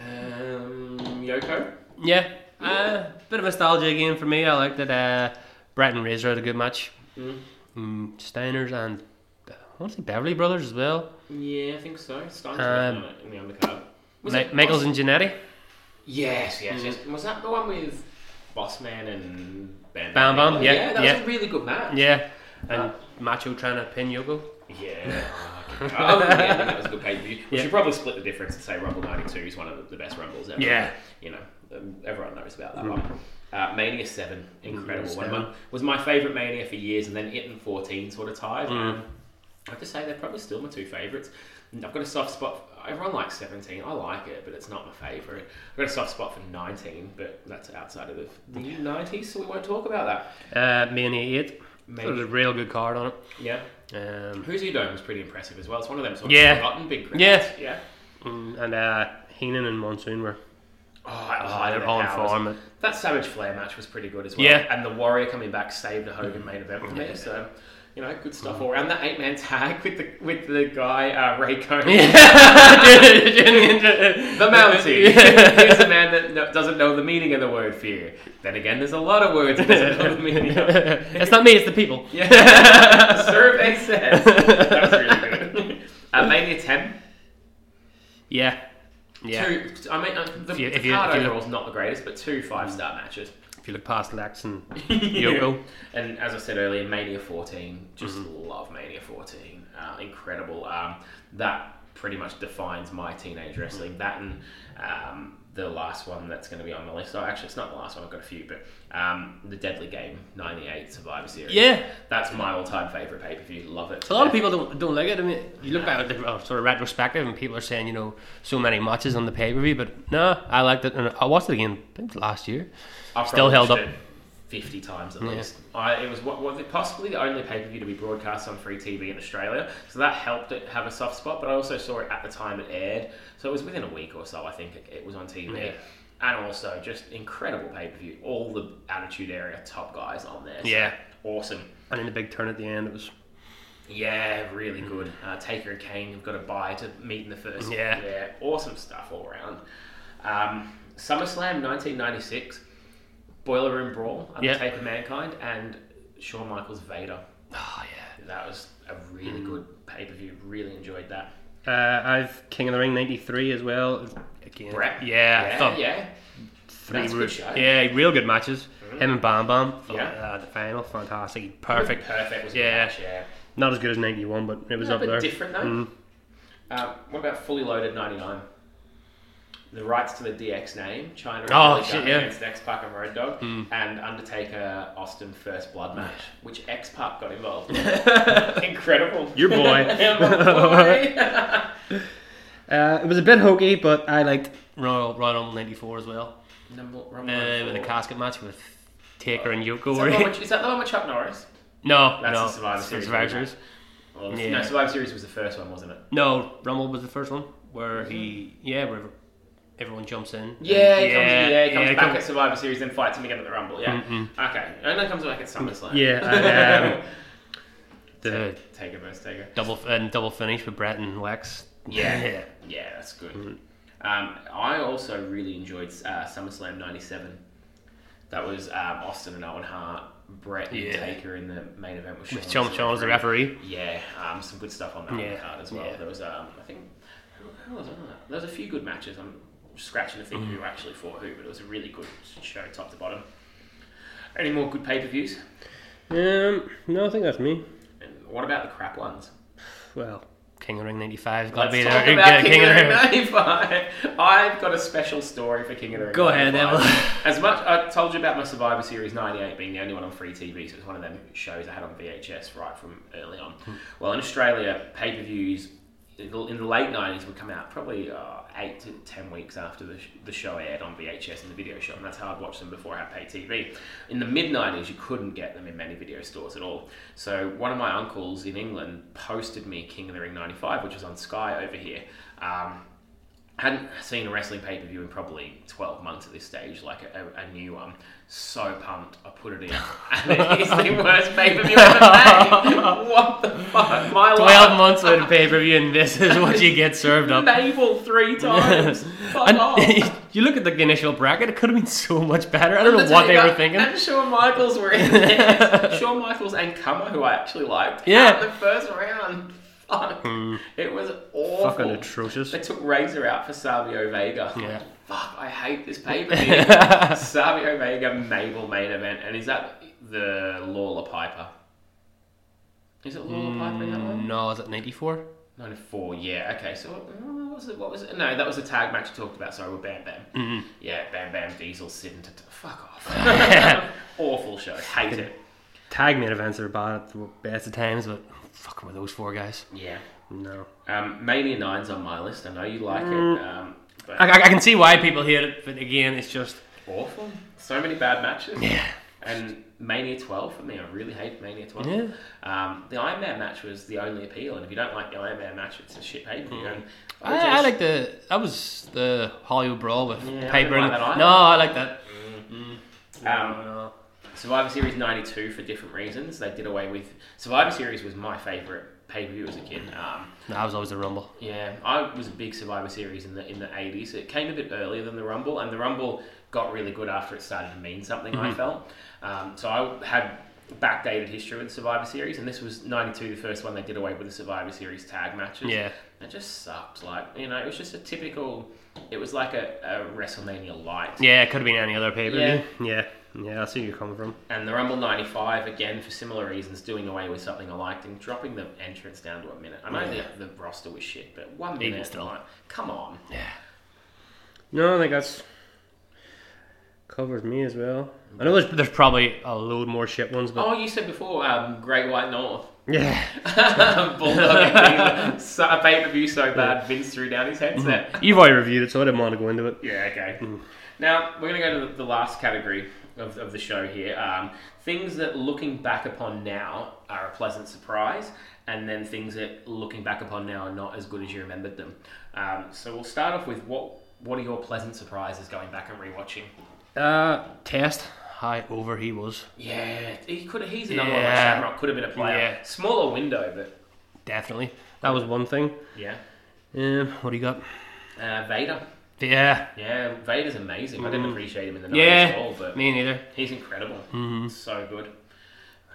Speaker 1: Um, Yoko?
Speaker 2: Yeah, uh, bit of nostalgia again for me. I liked that uh, Brett and Razor had a good match.
Speaker 1: Mm-hmm.
Speaker 2: Mm, Steiners and uh, I want to say Beverly Brothers as well.
Speaker 1: Yeah, I think so. Stein's
Speaker 2: Um,
Speaker 1: working on it in the undercard. Was
Speaker 2: Ma-
Speaker 1: it-
Speaker 2: Michaels and Jannetty.
Speaker 1: Yes, yes, yes. Was that the one with Bossman and Bam
Speaker 2: Bam Bam, yeah,
Speaker 1: yeah that
Speaker 2: yeah.
Speaker 1: was a really good match.
Speaker 2: Yeah,
Speaker 1: Ah.
Speaker 2: and Macho trying to pin Yoko.
Speaker 1: Yeah. oh, yeah, no, that was a good pay per view. We
Speaker 2: Yeah.
Speaker 1: should probably split the difference and say Rumble 92 is one of the- the best Rumbles ever.
Speaker 2: Yeah. Mm.
Speaker 1: You know, um, everyone knows about that one. Uh, Mania 7, incredible
Speaker 2: Mania
Speaker 1: one.
Speaker 2: 7.
Speaker 1: One- Was my favourite Mania for years, and then it and 14 sort of tied.
Speaker 2: Mm.
Speaker 1: Um, I have to say, they're probably still my two favourites. And I've got a soft spot. Everyone likes 17. I like it, but it's not my favourite. I've got a soft spot for 19, but that's outside of the, the 90s, so we won't talk about that.
Speaker 2: Uh, Mania 8.
Speaker 1: Mania-
Speaker 2: It was a real good card on it.
Speaker 1: Yeah.
Speaker 2: Um,
Speaker 1: Who's Who Dome was pretty impressive as well. It's one of them sort
Speaker 2: Yeah.
Speaker 1: of forgotten big crowds.
Speaker 2: Yeah.
Speaker 1: Yeah.
Speaker 2: and uh, Heenan and Monsoon were
Speaker 1: Oh, that was
Speaker 2: Oh,
Speaker 1: high
Speaker 2: they're
Speaker 1: their
Speaker 2: on
Speaker 1: powers.
Speaker 2: form.
Speaker 1: That Savage Flair match was pretty good as well.
Speaker 2: Yeah.
Speaker 1: And the Warrior coming back saved the Hogan main event for me. So, you know, good stuff all around. That eight man tag with the with the guy uh, Ray Cohn. The Mountie. Here's a man that no, doesn't know the meaning of the word fear. Then again, there's a lot of words that doesn't know the meaning of.
Speaker 2: it's not me, it's the people.
Speaker 1: Yeah. Survey says. That was really good. Uh, Mania 10.
Speaker 2: Yeah. Yeah.
Speaker 1: Two, I mean, uh, the,
Speaker 2: If you-
Speaker 1: the
Speaker 2: if you-
Speaker 1: card
Speaker 2: if you look-
Speaker 1: overall is not the greatest, but two five star matches.
Speaker 2: If you look past Lex and Yoko.
Speaker 1: And as I said earlier, Mania 14, just
Speaker 2: Mm-hmm.
Speaker 1: love Mania 14. Uh, incredible. Um, that pretty much defines my teenage wrestling. That and um, the last one that's going to be on the list. Oh, actually, it's not the last one. I've got a few, but um, the Deadly Game 98 Survivor Series.
Speaker 2: Yeah.
Speaker 1: That's my all time favourite pay per view. Love it.
Speaker 2: A lot of people don't, don't like it. I mean, you look back at the uh, sort of retrospective, and people are saying, you know, so many matches on the pay per view, but no, I liked it. And I watched it again, I think it was last year.
Speaker 1: I've
Speaker 2: Still
Speaker 1: probably
Speaker 2: held
Speaker 1: watched
Speaker 2: up.
Speaker 1: it Fifty times at least. I, it was what was it possibly the only pay per view to be broadcast on free TV in Australia, so that helped it have a soft spot. But I also saw it at the time it aired, so it was within a week or so. I think it, it was on TV,
Speaker 2: Yeah.
Speaker 1: and also just incredible pay per view. All the Attitude Area top guys on there. So
Speaker 2: Yeah.
Speaker 1: awesome.
Speaker 2: And then the big turn at the end, it was.
Speaker 1: Yeah, really good. Uh, Taker and Kane have got a bye to meet in the first.
Speaker 2: Yeah.
Speaker 1: yeah awesome stuff all around. Um, SummerSlam 1996, Boiler Room Brawl,
Speaker 2: Yeah.
Speaker 1: Undertaker Mankind, and Shawn Michaels Vader.
Speaker 2: Oh, yeah.
Speaker 1: That was a
Speaker 2: Mm.
Speaker 1: really good pay per view. Really enjoyed that.
Speaker 2: Uh, I've King of the Ring '93 as well. Again,
Speaker 1: Brett?
Speaker 2: yeah, I
Speaker 1: yeah,
Speaker 2: thought
Speaker 1: yeah.
Speaker 2: three
Speaker 1: That's a
Speaker 2: real-
Speaker 1: good show.
Speaker 2: yeah, real good matches. Him and Bam Bam,
Speaker 1: Yeah.
Speaker 2: uh, the final, fantastic, perfect.
Speaker 1: Perfect was
Speaker 2: Yeah.
Speaker 1: yeah. Match, yeah.
Speaker 2: Not as good as '91, but it was
Speaker 1: a
Speaker 2: up
Speaker 1: bit
Speaker 2: there.
Speaker 1: different though.
Speaker 2: Mm.
Speaker 1: Um, what about Fully Loaded 99? The rights to the DX name, China and
Speaker 2: Oh,
Speaker 1: Billy
Speaker 2: shit,
Speaker 1: Gunn
Speaker 2: yeah. Mm.
Speaker 1: against X Pac and Road Dog, and Undertaker Austin First Blood match, which X Pac got involved. in. Incredible.
Speaker 2: Your boy.
Speaker 1: Yeah, my boy.
Speaker 2: uh, it was a bit hokey, but I liked Royal Royal Rumble '94 as well.
Speaker 1: Number-
Speaker 2: Uh,
Speaker 1: Rumble
Speaker 2: with the
Speaker 1: four.
Speaker 2: casket match with Taker and Yoko.
Speaker 1: Is that, the one with, is that the one with Chuck Norris?
Speaker 2: no,
Speaker 1: That's
Speaker 2: no,
Speaker 1: the Survivor
Speaker 2: it's the
Speaker 1: Series
Speaker 2: Survivor
Speaker 1: one, yeah.
Speaker 2: Series.
Speaker 1: Well,
Speaker 2: Yeah.
Speaker 1: No, Survivor Series was the first one, wasn't it?
Speaker 2: No, Rumble was the first one where he yeah where everyone jumps in.
Speaker 1: Yeah, he comes,
Speaker 2: yeah,
Speaker 1: yeah, he comes
Speaker 2: yeah,
Speaker 1: back
Speaker 2: come-
Speaker 1: at Survivor Series, then fights him again at the Rumble. Yeah. Okay. And then comes back at SummerSlam.
Speaker 2: Yeah, and, um, the
Speaker 1: Taker versus Taker.
Speaker 2: double and double finish with Brett and Lex.
Speaker 1: Yeah. Yeah, that's good.
Speaker 2: Mm.
Speaker 1: Um, I also really enjoyed uh, SummerSlam 97. That was um, Austin and Owen Hart, Brett and
Speaker 2: Yeah.
Speaker 1: Taker in the main event with Sean,
Speaker 2: With Sean, Sean was the referee.
Speaker 1: Yeah, um, some good stuff on that
Speaker 2: Yeah,
Speaker 1: card as well.
Speaker 2: yeah.
Speaker 1: There was, um, I think, who the hell was on that? There was a few good matches. I'm scratching to think
Speaker 2: Mm.
Speaker 1: who actually fought who, but it was a really good show, top to bottom. Any more good pay per views?
Speaker 2: Um, no, I think that's me.
Speaker 1: And what about the crap ones?
Speaker 2: Well, King of the Ring '95 got to
Speaker 1: Let's
Speaker 2: be
Speaker 1: talk
Speaker 2: there.
Speaker 1: about
Speaker 2: Yeah,
Speaker 1: King, of the Ring
Speaker 2: Ring.
Speaker 1: 95. I've got a special story for King of the Ring.
Speaker 2: Go ahead,
Speaker 1: 95.
Speaker 2: Emma.
Speaker 1: As much I told you about my Survivor Series '98 being the only one on free TV, so it's one of them shows I had on VHS right from early on.
Speaker 2: Hmm.
Speaker 1: Well, in Australia, pay per views in the in the late '90s would come out probably uh, eight to ten weeks after the, sh- the show aired on VHS and the video shop, and that's how I'd watched them before I had pay TV. In the mid '90s, you couldn't get them in many video stores at all. So one of my uncles in England posted me King of the Ring '95, which was on Sky over here. Um, hadn't seen a wrestling pay per view in probably 12 months at this stage, like a, a, a new one. So pumped, I put it in. And it is the worst pay per view ever made. What the fuck? My
Speaker 2: Twelve
Speaker 1: life.
Speaker 2: months with a pay per view, and this is what you get served up.
Speaker 1: Mabel three times. Fuck off.
Speaker 2: And you look at the initial bracket; it could have been so much better. I don't know
Speaker 1: That's
Speaker 2: what they
Speaker 1: it,
Speaker 2: were
Speaker 1: uh,
Speaker 2: thinking.
Speaker 1: And Shawn Michaels were in there. Shawn Michaels and Kummer, who I actually liked.
Speaker 2: Yeah. Hmm.
Speaker 1: out in the first round. Fuck. It was awful.
Speaker 2: Fucking atrocious.
Speaker 1: They took Razor out for Savio Vega. I'm
Speaker 2: Yeah.
Speaker 1: like, Fuck, I hate this pay per view. Savio Vega Mabel main event, and is that the Lawler Piper? Is it Lawler Piper in that one?
Speaker 2: Mm, No, is it '94?
Speaker 1: 94, yeah, okay. So what, what was it? What was it? No, that was the tag match I talked about. Sorry, with Bam Bam.
Speaker 2: Mm-hmm.
Speaker 1: Yeah, Bam Bam Diesel sitting to fuck off. Awful show. Hate it.
Speaker 2: Tag main events are bad at the best of times, but fucking with those four guys,
Speaker 1: Yeah.
Speaker 2: no.
Speaker 1: Um, Mania Nine's on my list. I know you like
Speaker 2: Mm.
Speaker 1: it. Um, but
Speaker 2: I, I, I can see why people hate it, but again, it's just
Speaker 1: awful. So many bad matches.
Speaker 2: yeah.
Speaker 1: And Mania 12 for me, I really hate Mania 12.
Speaker 2: Yeah.
Speaker 1: Um, the Iron Man match was the only appeal, and if you don't like the Iron Man match, it's a shit pay per view. And
Speaker 2: Mm. I,
Speaker 1: just-
Speaker 2: I like the that was the Hollywood Brawl with
Speaker 1: Yeah, I
Speaker 2: Piper.
Speaker 1: didn't like
Speaker 2: and-
Speaker 1: that either.
Speaker 2: no, I like that.
Speaker 1: Um,
Speaker 2: No, no.
Speaker 1: Survivor Series 92 for different reasons. They did away with. Survivor Series was my favourite pay per view as a kid. Um,
Speaker 2: No, that was always the Rumble.
Speaker 1: yeah, I was a big Survivor Series in the, in the 80s. It came a bit earlier than the Rumble, and the Rumble got really good after it started to mean something,
Speaker 2: Mm-hmm.
Speaker 1: I felt. Um, so I had backdated history with Survivor Series, and this was 92, the first one they did away with the Survivor Series tag matches.
Speaker 2: Yeah.
Speaker 1: It just sucked. Like, you know, it was just a typical. It was like a, a WrestleMania light.
Speaker 2: Yeah, it could have been any other pay per view. Yeah. yeah, I see where you're coming from.
Speaker 1: And the Rumble 95, again, for similar reasons, doing away with something I liked and dropping the entrance down to a minute. I know
Speaker 2: Yeah.
Speaker 1: the, the roster was shit, but one
Speaker 2: Even
Speaker 1: minute,
Speaker 2: still.
Speaker 1: like, come on.
Speaker 2: Yeah. No, I think that's covers me as well. I know there's, there's probably a load more shit ones, but
Speaker 1: Oh, you said before, um, Great White North.
Speaker 2: yeah,
Speaker 1: Bulldog so, a pay per view so bad, Vince threw down his headset.
Speaker 2: you've already reviewed it, so I didn't want to go into it.
Speaker 1: Yeah, okay. Now, we're going to go to the, the last category of, of the show here. Um, things that looking back upon now are a pleasant surprise, and then things that looking back upon now are not as good as you remembered them. Um, so we'll start off with what what are your pleasant surprises going back and rewatching?
Speaker 2: Uh, test how over he was.
Speaker 1: Yeah, he could he's another one like
Speaker 2: Yeah.
Speaker 1: Shamrock could have been a player.
Speaker 2: Yeah.
Speaker 1: Smaller window, but
Speaker 2: Definitely, that was one thing.
Speaker 1: yeah.
Speaker 2: Um, what do you got?
Speaker 1: Uh, Vader.
Speaker 2: Yeah,
Speaker 1: Yeah, Vader's amazing. I didn't appreciate him in the 90s at all,
Speaker 2: Mm. yeah,
Speaker 1: but
Speaker 2: me Mm-hmm. neither.
Speaker 1: he's incredible. So good.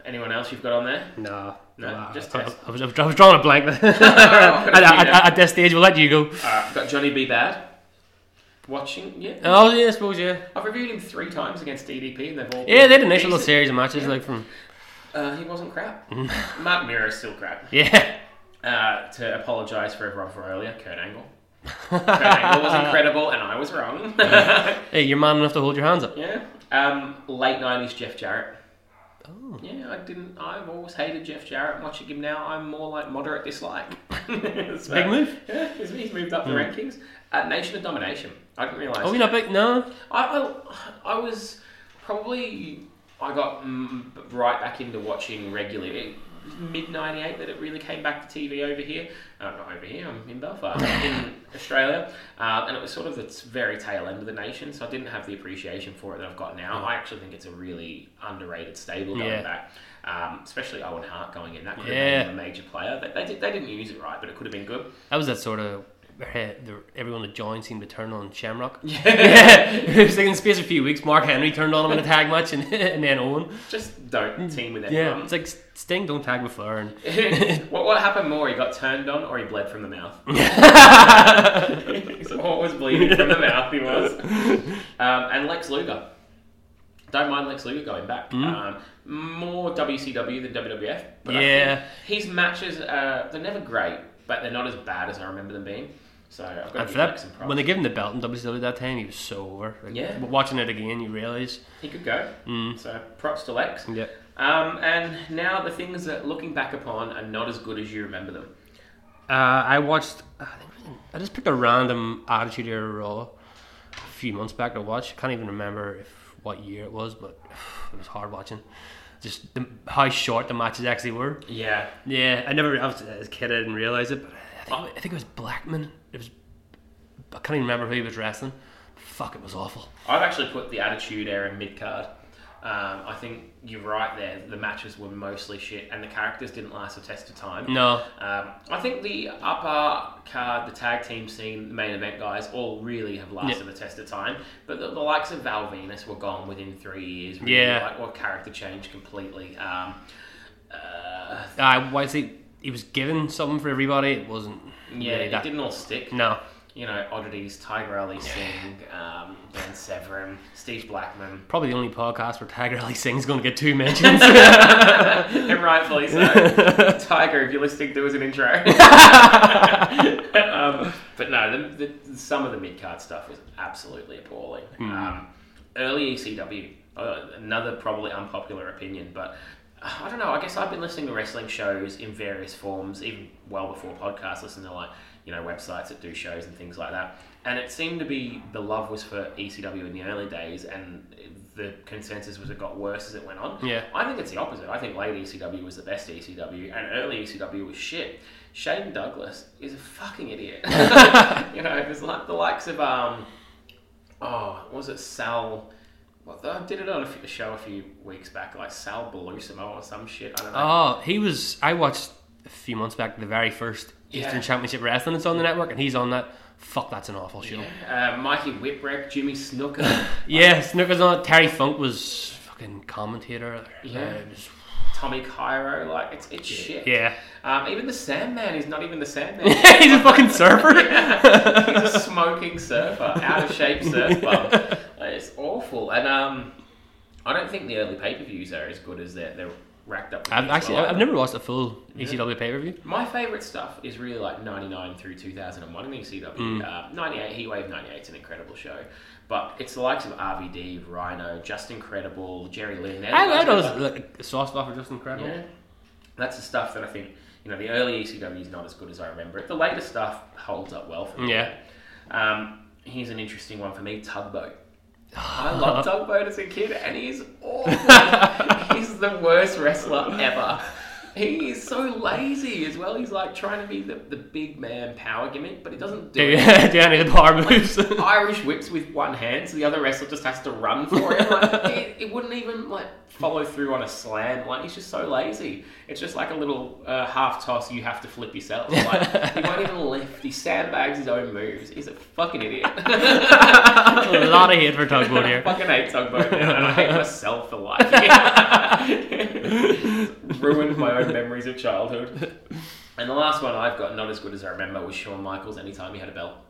Speaker 1: Anyone else you've got on there?
Speaker 2: No,
Speaker 1: No, just
Speaker 2: I,
Speaker 1: test.
Speaker 2: I, was, I was drawing a blank. at,
Speaker 1: Alright,
Speaker 2: at, at this stage, we'll let you go.
Speaker 1: Uh, got Johnny B. Bad. Watching, yeah.
Speaker 2: Oh yeah, I suppose yeah.
Speaker 1: I've reviewed him three times against DDP and they've all.
Speaker 2: Yeah,
Speaker 1: been
Speaker 2: they had a nice little
Speaker 1: decent.
Speaker 2: series of matches, like from
Speaker 1: Uh, he wasn't crap.
Speaker 2: Mm.
Speaker 1: Mark Mira's still crap.
Speaker 2: yeah.
Speaker 1: Uh, to apologise for everyone for earlier, Kurt Angle. Kurt Angle was incredible and I was wrong.
Speaker 2: Hey, you're man enough to hold your hands up.
Speaker 1: yeah. Um, late 90s Jeff Jarrett.
Speaker 2: Oh.
Speaker 1: Yeah, I didn't. I've always hated Jeff Jarrett. Watching him now, I'm more like moderate dislike. So,
Speaker 2: Big move. Hmm.
Speaker 1: Yeah, he's, he's moved up the rankings. Uh, Nation of Domination. I didn't realise.
Speaker 2: Oh, you're not big? No.
Speaker 1: I, I, I was probably I got mm, right back into watching regularly. mid '98 that it really came back to TV over here. Uh, not over here. I'm in Belfast, in Australia, um, and it was sort of the t- very tail end of the nation. So I didn't have the appreciation for it that I've got now. I actually think it's a really underrated stable going
Speaker 2: Yeah.
Speaker 1: back. Um, especially Owen Hart going in, that could
Speaker 2: Yeah.
Speaker 1: have been a major player. They, they, did, they didn't use it right, but it could have been good.
Speaker 2: That was that sort of where uh, the- everyone that joined seemed to turn on Shamrock.
Speaker 1: Yeah.
Speaker 2: Yeah, it was like in the space of a few weeks, Mark Henry turned on him in a tag match, and, and then Owen.
Speaker 1: Just don't team with
Speaker 2: Mm. Yeah,
Speaker 1: anyone.
Speaker 2: it's like Sting don't tag with Flair. And
Speaker 1: what, what happened more? He got turned on or he bled from the mouth? so what was bleeding from the mouth he was. Um, and Lex Luger. Don't mind Lex Luger going back.
Speaker 2: Hmm.
Speaker 1: Um, more WCW than WWF. But I
Speaker 2: Yeah.
Speaker 1: think his matches, uh, they're never great, but they're not as bad as I remember them being. So I've got to
Speaker 2: And
Speaker 1: give Lex
Speaker 2: for that,
Speaker 1: some props.
Speaker 2: when they gave him the belt in WCW that time, he was so over. Like,
Speaker 1: Yeah.
Speaker 2: watching it again, you realise.
Speaker 1: He could go. So props to Lex.
Speaker 2: Hmm. Yeah.
Speaker 1: Um, and now the things that, looking back upon, are not as good as you remember them.
Speaker 2: Uh, I watched. I, think, I just picked a random Attitude Era Raw a few months back to watch. Can't even remember if what year it was, but it was hard watching. Just the, how short the matches actually were.
Speaker 1: Yeah.
Speaker 2: Yeah, I never I was, as a kid. I didn't realize it, but I think, I think it was Blackman. It was. I can't even remember who he was wrestling. Fuck, it was awful.
Speaker 1: I've actually put the Attitude Era mid card. Um, I think you're right there. The matches were mostly shit, and the characters didn't last the test of time.
Speaker 2: No,
Speaker 1: Um, I think the upper card, the tag team scene, the main event guys, all really have lasted the test of time. But the, the likes of Val Venus were gone within three years. Really.
Speaker 2: Yeah.
Speaker 1: Like, or character changed completely. Um, uh,
Speaker 2: I why is he? He was given something for everybody. It wasn't.
Speaker 1: yeah,
Speaker 2: really
Speaker 1: it
Speaker 2: that-
Speaker 1: didn't all stick.
Speaker 2: No.
Speaker 1: You know, oddities, Tiger Ali Singh, um, Dan Severin, Steve Blackman.
Speaker 2: Probably the only podcast where Tiger Ali Singh's going to get two mentions.
Speaker 1: and rightfully so. Tiger, if you're listening, do us an intro. um, but no, the, the, some of the mid card stuff was absolutely appalling. Um, early ECW, uh, another probably unpopular opinion, but uh, I don't know. I guess I've been listening to wrestling shows in various forms, even well before podcasts, listening to like, you know, websites that do shows and things like that. And it seemed to be the love was for ECW in the early days, and the consensus was it got worse as it went on.
Speaker 2: Yeah.
Speaker 1: I think it's the opposite. I think late ECW was the best ECW, and early ECW was shit. Shane Douglas is a fucking idiot. you know, there's like the likes of um, oh, what was it Sal? What the, I did it on a f- show a few weeks back, like Sal Belusimo or some shit. I don't know.
Speaker 2: oh, he was. I watched a few months back the very first
Speaker 1: Yeah.
Speaker 2: Eastern Championship Wrestling. It's on the network, and he's on that. Fuck, that's an awful show.
Speaker 1: Uh, Mikey Whipwreck, Jimmy Snooker,
Speaker 2: Yeah, Snooker's on. it. Terry Funk was fucking commentator.
Speaker 1: Yeah.
Speaker 2: Uh, it was-
Speaker 1: Tommy Cairo, like it's it's shit.
Speaker 2: yeah.
Speaker 1: Um, even the Sandman is not even the Sandman.
Speaker 2: he's a fucking surfer.
Speaker 1: Yeah. He's a smoking surfer, out of shape surfer. It's awful. And um, I don't think the early pay per views are as good as they're, they're racked up. with
Speaker 2: I've
Speaker 1: these
Speaker 2: actually,
Speaker 1: live.
Speaker 2: I've never watched a full ECW pay per view.
Speaker 1: My favourite stuff is really like 99 through 2001 in ECW.
Speaker 2: Mm.
Speaker 1: Uh, 98, Heat Wave 98 is an incredible show. But it's the likes of RVD, Rhino, Just Incredible, Jerry Lynn. they're the
Speaker 2: I,
Speaker 1: guys
Speaker 2: I know
Speaker 1: that-
Speaker 2: it's like a sauce off are just incredible.
Speaker 1: Yeah. That's the stuff that I think, you know, the early ECW is not as good as I remember it. The later stuff holds up well for me.
Speaker 2: Yeah.
Speaker 1: Um, here's an interesting one for me Tugboat. I loved Tugboat as a kid, and he's awful. he's the worst wrestler ever. He is so lazy as well. He's like trying to be the, the big man power gimmick, but he doesn't do it.
Speaker 2: Do, do any of the power moves?
Speaker 1: Irish whips with one hand, so the other wrestler just has to run for it. Like, it, it wouldn't even like follow through on a slam. Like he's just so lazy. It's just like a little uh, half toss. You have to flip yourself. Like he won't even lift. He sandbags his own moves. He's a fucking idiot.
Speaker 2: a lot of hate for Tugboat
Speaker 1: I
Speaker 2: here.
Speaker 1: fucking hate tugboat now, and I hate myself for liking it. Ruined my own memories of childhood. And the last one I've got, not as good as I remember, was Shawn Michaels. Anytime he had a belt.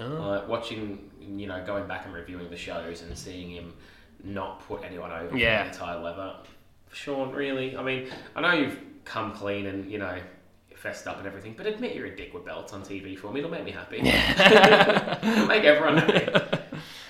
Speaker 2: Oh.
Speaker 1: Like watching, you know, going back and reviewing the shows and seeing him not put anyone over
Speaker 2: Yeah.
Speaker 1: for the entire lever. Sean, really? I mean, I know you've come clean and, you know, fessed up and everything, but admit you're a dick with belts on TV for me. It'll make me happy. It'll make everyone happy.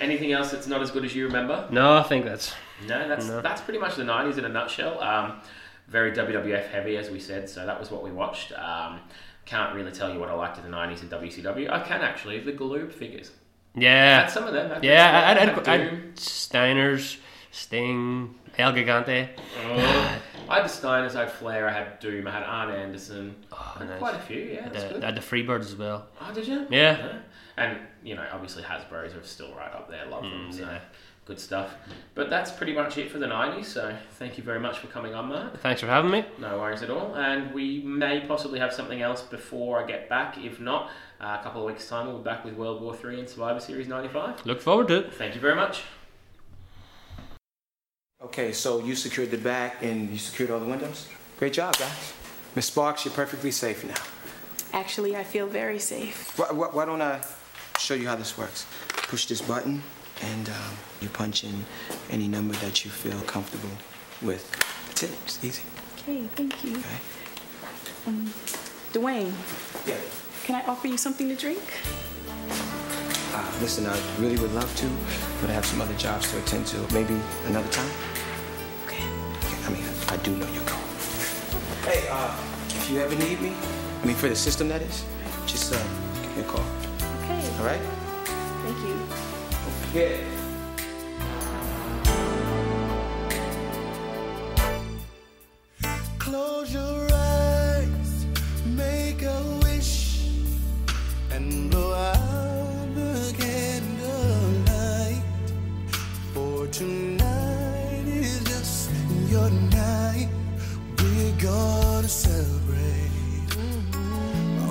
Speaker 1: Anything else that's not as good as you remember?
Speaker 2: No, I think that's
Speaker 1: No, that's
Speaker 2: No.
Speaker 1: that's pretty much the '90s in a nutshell. Um, very WWF heavy, as we said. So that was what we watched. Um, can't really tell you what I liked in the '90s in WCW. I can actually the Galoob figures.
Speaker 2: yeah,
Speaker 1: Had some of them. had-
Speaker 2: yeah. I'd, I'd,
Speaker 1: had
Speaker 2: I'd,
Speaker 1: Doom.
Speaker 2: Steiner's, Sting, El Gigante.
Speaker 1: Oh, I had the Steiners, I had Flair, I had Doom, I had Arn Anderson.
Speaker 2: Oh,
Speaker 1: I had
Speaker 2: nice.
Speaker 1: Quite a few, yeah. That's
Speaker 2: The,
Speaker 1: good.
Speaker 2: had the Freebirds as well.
Speaker 1: Oh, did you?
Speaker 2: Yeah.
Speaker 1: And, you know, obviously Hasbro's are still right up there. Love them. So
Speaker 2: Mm, yeah.
Speaker 1: good stuff. But that's pretty much it for the 90s. So thank you very much for coming on, Mark.
Speaker 2: Thanks for having me.
Speaker 1: No worries at all. And we may possibly have something else before I get back. If not, uh, a couple of weeks' time, we'll be back with World War Three and Survivor Series 95.
Speaker 2: Look forward to it.
Speaker 1: Thank you very much.
Speaker 3: Okay, so you secured the back and you secured all the windows? Great job, guys. Miss Sparks, you're perfectly safe now.
Speaker 4: Actually, I feel very safe.
Speaker 3: Why, why, why don't I show you how this works? Push this button and um, you punch in any number that you feel comfortable with. That's it, it's easy,
Speaker 4: Okay, thank you.
Speaker 3: okay?
Speaker 4: Dwayne,
Speaker 3: Yeah.
Speaker 4: can I offer you something to drink?
Speaker 3: Uh, listen, I really would love to, but I have some other jobs to attend to. Maybe another time?
Speaker 4: Okay.
Speaker 3: Okay, I mean, I do know you're going. Hey, uh, if you ever need me, I mean, for the system that is, just uh, give me a call,
Speaker 4: Okay,
Speaker 3: all right?
Speaker 4: thank you.
Speaker 3: Yeah.
Speaker 5: Close your eyes, make a wish, and blow out the candlelight. For tonight is just your night. We're gonna celebrate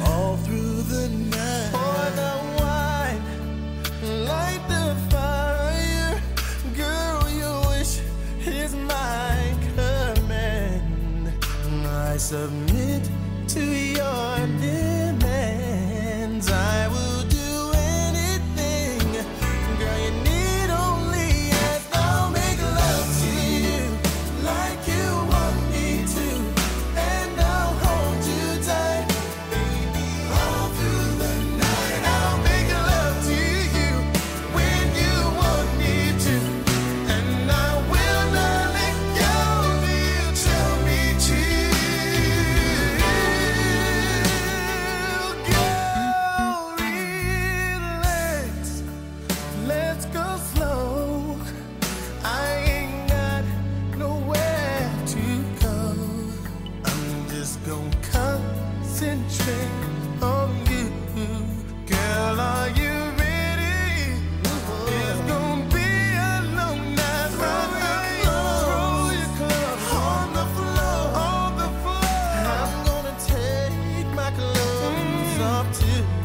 Speaker 5: all through the night. Pour the wine, light the fire. Girl, your wish is my command. I submit to your demands. I will do anything. Girl, you need only ask. I'll make love to you like you want me to. And I'll hold you tight. Baby, all through the night. I'll make love to you when you want me to. And I will not let go of you till me chill. Girl, relax. Let's go slow. I ain't got nowhere to go. I'm just gonna concentrate on you. Girl, are you ready? It's gonna be a long night. Roll your clothes on the floor. On the floor. I'm gonna take my clothes off too.